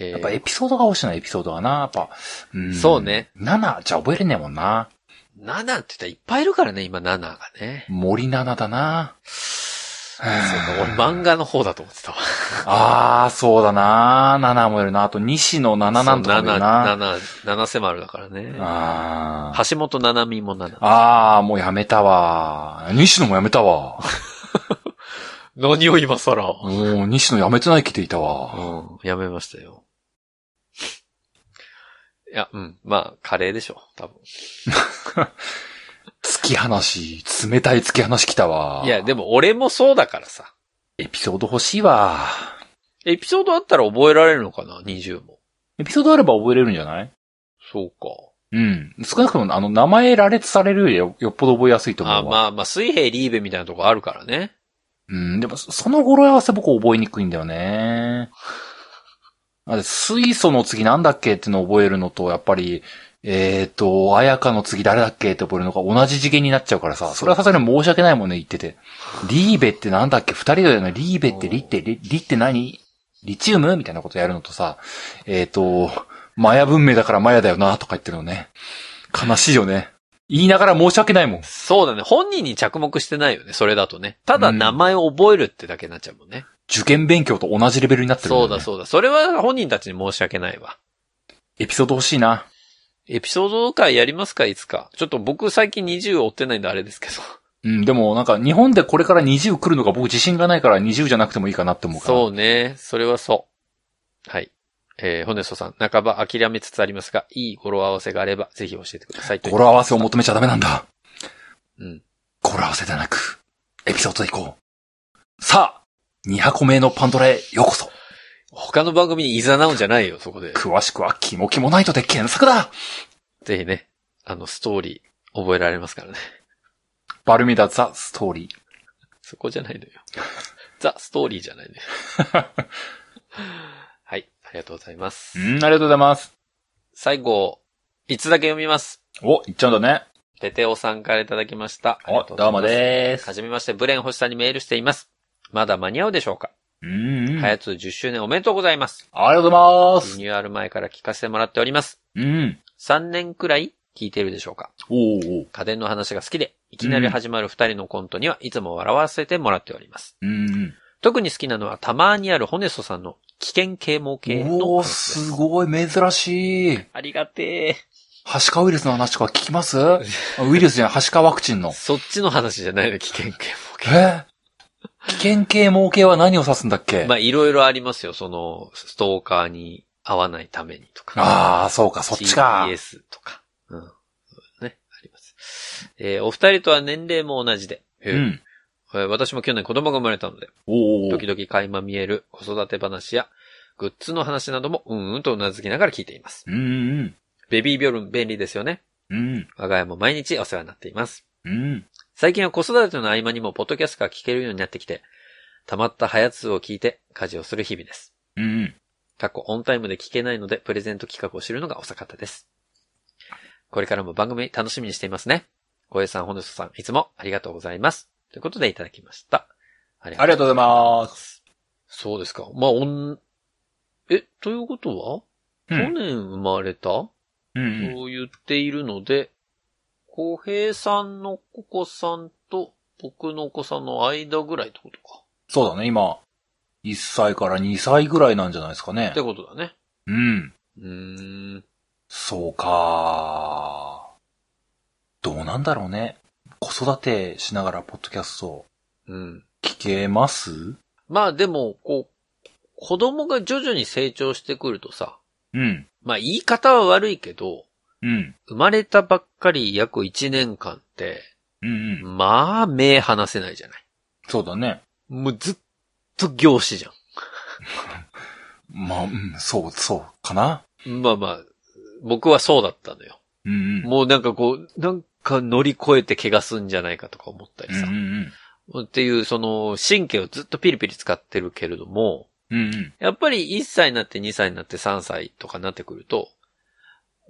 Speaker 1: えー
Speaker 2: やっぱエピソードが欲しいな、エピソードがな。やっぱ、うん
Speaker 1: そうね。
Speaker 2: 7じゃ覚えれねえもんな。
Speaker 1: 7って言ったらいっぱいいるからね、今7がね。
Speaker 2: 森7だな。
Speaker 1: そうか、俺漫画の方だと思ってたわ。
Speaker 2: ああ、そうだな。7もいるな。あと、西野7なんとかもいるな。
Speaker 1: 7、7、7セマルだからね。
Speaker 2: あー
Speaker 1: 橋本七海も7。
Speaker 2: あー、もうやめたわ。西野もやめたわ。
Speaker 1: 何を今更。
Speaker 2: もう西野やめてない気でいたわ。
Speaker 1: うん、やめましたよ。 いや、うん。まあ、カレーでしょ、多分。
Speaker 2: 突き放し、冷たい突き放し来たわ。
Speaker 1: いや、でも俺もそうだからさ。
Speaker 2: エピソード欲しいわ。
Speaker 1: エピソードあったら覚えられるのかな ?20 も。
Speaker 2: エピソードあれば覚えれるんじゃない
Speaker 1: そうか。
Speaker 2: うん。少なくとも、あの、名前羅列されるよりよっぽど覚えやすいと思うわ。
Speaker 1: あまあまあ、水平リーベみたいなとこあるからね。
Speaker 2: うん、でも、そその語呂合わせ僕覚えにくいんだよね。あれ、水素の次なんだっけってのを覚えるのと、やっぱり、えっ、と、綾香の次誰だっけって覚えるのが同じ次元になっちゃうからさ、それはさすがに申し訳ないもんね、言ってて。リーベってなんだっけ二人だよね。リーベってリって、リリって何リチウムみたいなことやるのとさ、えっ、と、マヤ文明だからマヤだよな、とか言ってるのね。悲しいよね。言いながら申し訳ないもん。
Speaker 1: そうだね。本人に着目してないよね、それだとね。ただ名前を覚えるってだけになっちゃうもんね。
Speaker 2: 受験勉強と同じレベルになってるんだ
Speaker 1: そ
Speaker 2: よ
Speaker 1: う
Speaker 2: ね。
Speaker 1: だそうだ。それは本人たちに申し訳ないわ。
Speaker 2: エピソード欲しいな。
Speaker 1: エピソード会やりますかいつか。ちょっと僕最近20追ってないんであれですけど。
Speaker 2: うん、でもなんか日本でこれから20来るのが僕自信がないから20じゃなくてもいいかなって思うから。
Speaker 1: そうね。それはそう。はい。えー、ホネストさん、半ば諦めつつありますが、いい語呂合わせがあれば、ぜひ教えてください。
Speaker 2: 語呂合わせを求めちゃダメなんだ。
Speaker 1: うん。
Speaker 2: 語呂合わせではなく、エピソードでいこう。さあ、2箱目のパンドラへようこそ。
Speaker 1: 他の番組に誘うんじゃないよ、そこで。
Speaker 2: 詳しくはキモキモナイトで検索だ
Speaker 1: ぜひね、あの、ストーリー、覚えられますからね。
Speaker 2: バルミダザ・ストーリー。
Speaker 1: そこじゃない のよ。ザ・ストーリーじゃないのよ。はい。ありがとうございます。
Speaker 2: うん、ありがとうございます。
Speaker 1: 最後、いつだけ読みます。
Speaker 2: お、いっちゃうんだね。
Speaker 1: ペテオさんからいただきました。あり
Speaker 2: お
Speaker 1: が、とござい
Speaker 2: ど
Speaker 1: う
Speaker 2: も
Speaker 1: ます
Speaker 2: でー
Speaker 1: は
Speaker 2: す。
Speaker 1: じめまして、ブレン星さんにメールしています。まだ間に合うでしょうか、
Speaker 2: うん、うん。あ
Speaker 1: ハ
Speaker 2: り
Speaker 1: ヤツ10周年おめでとうございます。
Speaker 2: がとうございま
Speaker 1: リ
Speaker 2: す。
Speaker 1: ニューアル前から聞かせてもらっております。
Speaker 2: うん。
Speaker 1: 3年くらい聞いているでしょうか
Speaker 2: おーおー
Speaker 1: 家電の話が好きで、いきなり始まる2人のコントにはいつも笑わせてもらっております。
Speaker 2: うんうん。
Speaker 1: 特に好きなのはたまにあるホネソさんの危険啓蒙系の
Speaker 2: お
Speaker 1: 話
Speaker 2: ー、
Speaker 1: です
Speaker 2: すごい、珍しい。
Speaker 1: ありがて
Speaker 2: ハシカウイルスの話とか聞きますあウイルスじゃない、ハシカワクチン
Speaker 1: え。
Speaker 2: の。
Speaker 1: そっちの話じゃないの、危険啓蒙系。
Speaker 2: え危険系、猛系は何を指すんだっけ、
Speaker 1: まあ、いろいろありますよ。その、ストーカーに会わないためにとか。
Speaker 2: ああ、そうか、そっちか。
Speaker 1: GPS とか。うん。そうね、あります。えーお二人とは年齢も同じで。
Speaker 2: う
Speaker 1: えー
Speaker 2: ん。
Speaker 1: えー私も去年子供が生まれたので、
Speaker 2: おーお
Speaker 1: 時
Speaker 2: ー
Speaker 1: 々垣間見える子育て話や、グッズの話なども、うんうんと頷きながら聞いています。
Speaker 2: うんうん
Speaker 1: ベビービョルン便利ですよね。
Speaker 2: うん。
Speaker 1: 我が家も毎日お世話になっています。
Speaker 2: うん。
Speaker 1: 最近は子育ての合間にもポッドキャストが聞けるようになってきて、溜まった早通を聞いて家事をする日々です。
Speaker 2: うん。
Speaker 1: 過去オンタイムで聞けないので、プレゼント企画を知るのが遅かったです。これからも番組楽しみにしていますね。小江さん、ホネソさん、いつもありがとうございます。ということでいただきました。あり
Speaker 2: ありがとうございます。
Speaker 1: す。そうですか。まあ、おん、え、ということは、
Speaker 2: うん
Speaker 1: 去年生まれた、
Speaker 2: うんうん。
Speaker 1: そう言っているので、小平さんのお子さんと僕のお子さんの間ぐらいってことか。
Speaker 2: そうだね、今、1歳から2歳ぐらいなんじゃないですかね
Speaker 1: って。ことだね。
Speaker 2: うん。
Speaker 1: うーん。
Speaker 2: そうか。どうなんだろうね。子育てしながらポッドキャスト
Speaker 1: うん。
Speaker 2: 聞けます
Speaker 1: まあでも、こう、子供が徐々に成長してくるとさ、
Speaker 2: うん。
Speaker 1: まあ言い方は悪いけど、
Speaker 2: うん。
Speaker 1: 生まれたばっかり約1年間って、
Speaker 2: うんうん。
Speaker 1: まあ目離せないじゃない。
Speaker 2: そうだね。
Speaker 1: もうずっと業師じゃ
Speaker 2: まあ、うん、そう、そう、かな。
Speaker 1: ん。まあまあ、僕はそうだったのよ。
Speaker 2: うんうん。
Speaker 1: もうなんかこう、なんか乗り越えて怪我すんじゃないかとか思ったり
Speaker 2: うんう
Speaker 1: さ。
Speaker 2: ん
Speaker 1: っていう、その、神経をずっとピリピリ使ってるけれども、
Speaker 2: うん。うんうん。
Speaker 1: やっぱり1歳になって2歳になって3歳とかになってくると、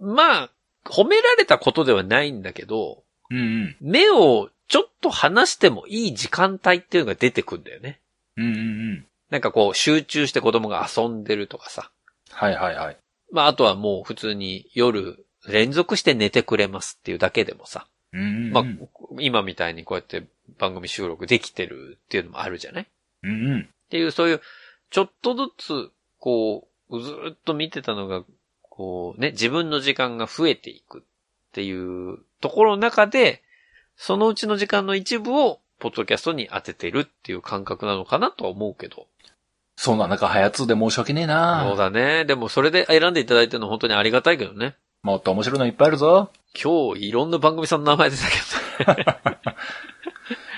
Speaker 1: まあ、褒められたことではないんだけど、
Speaker 2: うんうん。
Speaker 1: 目をちょっと離してもいい時間帯っていうのが出てくんだよね。
Speaker 2: うんうんうん。
Speaker 1: なんかこう、集中して子供が遊んでるとかさ、
Speaker 2: はいはいはい。
Speaker 1: まあ、あとはもう普通に夜連続して寝てくれますっていうだけでもさ、
Speaker 2: うん
Speaker 1: まあ、今みたいにこうやって番組収録できてるっていうのもあるじゃない
Speaker 2: うんうん。
Speaker 1: っていう、そういう、ちょっとずつ、こう、ずーっと見てたのが、こうね、自分の時間が増えていくっていうところの中で、そのうちの時間の一部を、ポッドキャストに当ててるっていう感覚なのかなとは思うけど。
Speaker 2: そんな中、ハヤツーで申し訳ねえ
Speaker 1: そう
Speaker 2: な
Speaker 1: だね。でもそれで選んでいただいてるの本当にありがたいけどね。
Speaker 2: もっと面白いのいっぱいあるぞ。
Speaker 1: 今日いろんな番組さんの名前出たけど ね。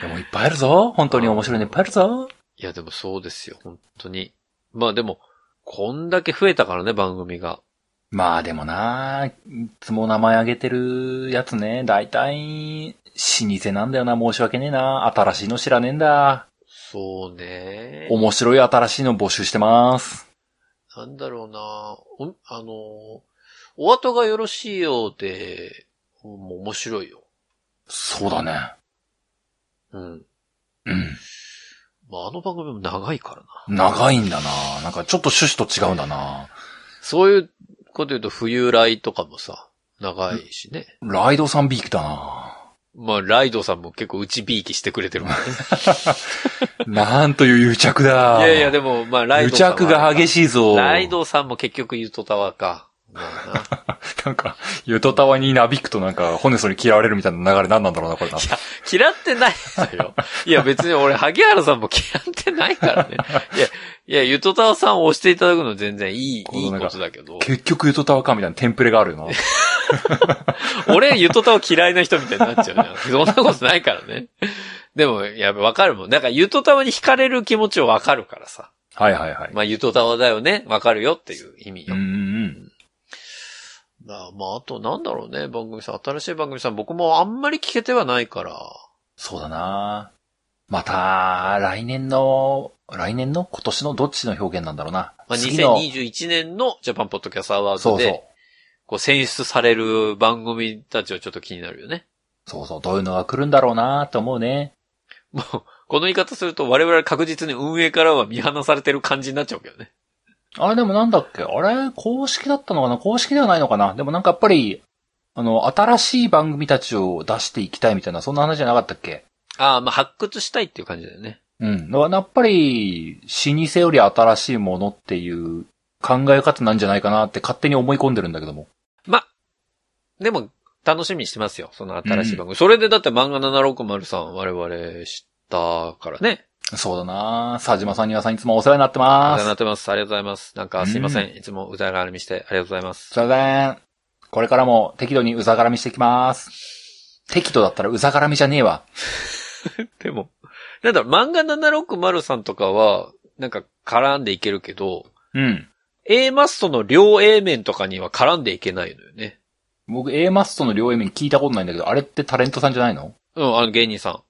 Speaker 2: でもいっぱいあるぞ。本当に面白いのいっぱいあるぞ。
Speaker 1: いやでもそうですよ、本当に。まあでも、こんだけ増えたからね、番組が。
Speaker 2: まあでもな、いつも名前挙げてるやつね、大体、老舗なんだよな、申し訳ねえな。新しいの知らねえんだ。
Speaker 1: そうね。
Speaker 2: 面白い新しいの募集してます。
Speaker 1: なんだろうなおあの、お後がよろしいようで、もう面白いよ。
Speaker 2: そうだね。
Speaker 1: うん。
Speaker 2: うん。
Speaker 1: まあ、あの番組も長いからな。
Speaker 2: 長いんだな。なんかちょっと趣旨と違うんだな。
Speaker 1: そういうこと言うと、冬来とかもさ、長いしね。
Speaker 2: ライドさんビークだな。
Speaker 1: まあ、ライドさんも結構うちびいきしてくれて るもんね。
Speaker 2: なんという癒着だ。
Speaker 1: いやいや、でも、まあ、ライ
Speaker 2: 癒
Speaker 1: ドさん。
Speaker 2: 着が激
Speaker 1: し
Speaker 2: しいぞ。
Speaker 1: ライドさんも結局ゆとたわか。だよな
Speaker 2: なんか、ゆとたわになびくとなんか、ホネソに嫌われるみたいな流れ何なんだろうな、 これな。
Speaker 1: 嫌ってないのよ。いや、別に俺、萩原さんも嫌ってないからね。いや、いや、ゆとたわさんを押していただくの全然いい、
Speaker 2: こ
Speaker 1: い
Speaker 2: の
Speaker 1: い
Speaker 2: なんか
Speaker 1: ことだけど。
Speaker 2: 結局ゆとたわかみたいなテンプレが あるよな。
Speaker 1: 俺、ゆとたわ嫌いな人みたいになっちゃうじゃん。そんなことないからね。でも、やっぱわかるもん。なんか、ゆとたわに惹かれる気持ちをわかるからさ。
Speaker 2: はいはいはい。
Speaker 1: まあ、ゆとたわだよね。わかるよっていう意味
Speaker 2: う
Speaker 1: よ。
Speaker 2: んうん
Speaker 1: まあ、まあ、あと、なんだろうね、番組さん。新しい番組さん、僕もあんまり聞けてはないから。
Speaker 2: そうだなまた、来年の、来年の今年のどっちの表現なんだろうな。
Speaker 1: まあ、
Speaker 2: 次の
Speaker 1: 2021年のジャパンポッドキャストアワー
Speaker 2: そ
Speaker 1: ド
Speaker 2: う
Speaker 1: で、
Speaker 2: そう。
Speaker 1: こう選出される番組たちはちょっと気になるよね。
Speaker 2: そうそう、どういうのが来るんだろうなと思うね。
Speaker 1: もう、この言い方すると我々確実に運営からは見放されてる感じになっちゃうけどね。
Speaker 2: あれでもなんだっけあれ公式だったのかな公式ではないのかなでもなんかやっぱり、あの、新しい番組たちを出していきたいみたいな、そんな話じゃなかったっけ
Speaker 1: ああ、まあ、発掘したいっていう感じだよね。
Speaker 2: うん。だからやっぱり、老舗より新しいものっていう考え方なんじゃないかなって勝手に思い込んでるんだけども。
Speaker 1: でも、楽しみにしてますよ。その新しい番組。それでだって漫画760さん我々知ったからね。
Speaker 2: そうだな佐島さん、丹羽さんいつもお世話になって
Speaker 1: あ
Speaker 2: ま
Speaker 1: りがとうご
Speaker 2: す。
Speaker 1: ざいます。ありがとうございます。なんかすいません。いつも歌いがらみしてありがとうございます。
Speaker 2: すいません。これからも適度にうざがらみしていきます。適度だったらうざがらみじゃねえわ。
Speaker 1: でも、なんだろう、漫画760さんとかは、なんか絡んでいけるけど、
Speaker 2: うん。
Speaker 1: A マストの両 A 面とかには絡んでいけないのよね。
Speaker 2: 僕 A マストの両 A 面聞いたことないんだけど、あれってタレントさんじゃないの
Speaker 1: うん、あの芸人さ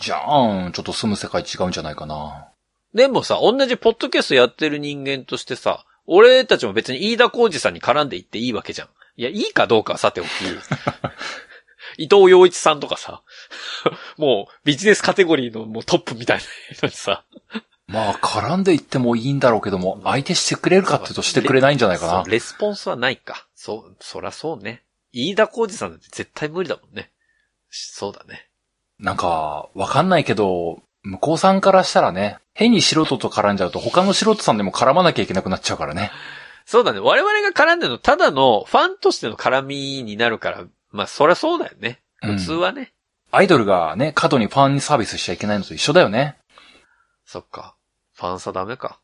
Speaker 2: じゃーん、ちょっと住む世界違うんじゃないかな。
Speaker 1: ん。でもさ、同じポッドキャストやってる人間としてさ、俺たちも別に飯田浩二さんに絡んでいっていいわけじゃん。いや、いいかどうかはさてお き。伊藤洋一さんとかさ、もうビジネスカテゴリーのもうトップみたいな人にさ、
Speaker 2: まあ、絡んでいってもいいんだろうけども、相手してくれるかっていうとしてくれないんじゃないかな
Speaker 1: そう。レスポンスはないか。そう、そらそうね。飯田浩二さんだって絶対無理だもんね。しそうだね。
Speaker 2: なんか、わかんないけど、向こうさんからしたらね、変に素人と絡んじゃうと他の素人さんでも絡まなきゃいけなくなっちゃうからね。
Speaker 1: そうだね。我々が絡んでるの、ただのファンとしての絡みになるから、まあ、そりゃそうだよね。
Speaker 2: う
Speaker 1: 普通
Speaker 2: ん。
Speaker 1: はね。
Speaker 2: アイドルがね、過度にファンにサービスしちゃいけないのと一緒だよね。
Speaker 1: そっか。ファンサダメか。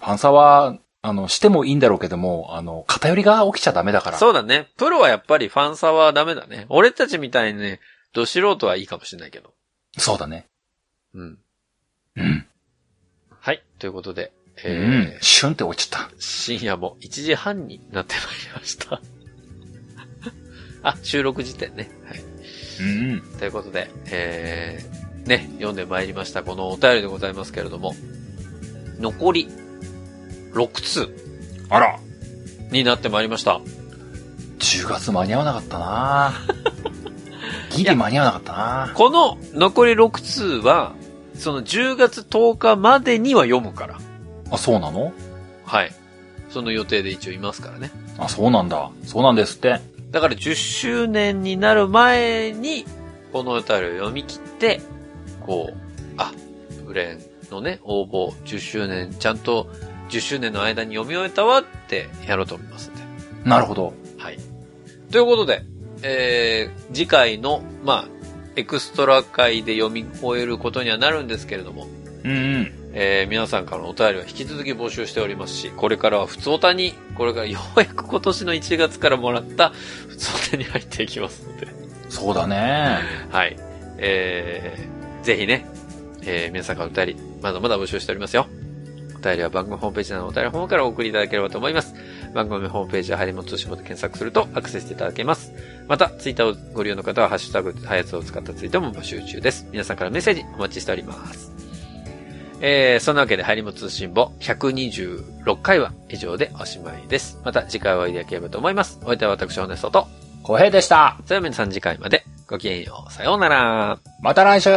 Speaker 2: ファンサは、あの、してもいいんだろうけども、あの、偏りが起きちゃダメだから。
Speaker 1: そうだね。プロはやっぱりファンサはダメだね。俺たちみたいにね、ど素人はいいかもしれないけど。
Speaker 2: そうだね。
Speaker 1: うん。
Speaker 2: うん。
Speaker 1: はい。ということで、
Speaker 2: うん
Speaker 1: え。ー
Speaker 2: シュンって落ちちゃっ
Speaker 1: 深夜も1時半になってまいりました。 あ、収録時点ね。はい。
Speaker 2: た。うん。
Speaker 1: ということで、えー、ね、読んでまいりましたこのお便りでございますけれども、残り6通
Speaker 2: あら。
Speaker 1: になってまいりました。
Speaker 2: 10月間に合わなかった なギリ間に合わなかったな
Speaker 1: この残り6通は、その10月10日までには読むから。
Speaker 2: あ、そうなの
Speaker 1: はい。その予定で一応いますからね。
Speaker 2: あ、そうなんだ。そうなんですって。
Speaker 1: だから10周年になる前に、このお便りを読み切って、こう、あ、ブレーンのね、応募10周年、ちゃんと10周年の間に読み終えたわってやろうと思いますんで。
Speaker 2: なるほど。
Speaker 1: はい。ということで、えー、次回の、まあ、エクストラ回で読み終えることにはなるんですけれども、
Speaker 2: うんうん。
Speaker 1: えー皆さんからのお便りは引き続き募集しておりますし、これからは普通おたに、これからようやく今年の1月からもらった普通おたに入っていきますので、
Speaker 2: そうだね。
Speaker 1: はい。えー、ぜひね、えー皆さんからお便り、まだまだ募集しておりますよ。お便りは番組ホームページなどのお便りフォームからお送りいただければと思います。番組ホームページはハリモトシボで検索するとアクセスしていただけます。また、ツイッターをご利用の方は、ハッシュタグ、ハヤツを使ったツイートも募集中です。皆さんからメッセージお待ちしております。えー、そんなわけで、ハリモト通信簿126回は以上でおしまいです。また次回お会いできればと思います。お相手は私、ホネストと、
Speaker 2: 小平でした。
Speaker 1: それでは皆さん次回までごきげんよう。さようなら。
Speaker 2: また来週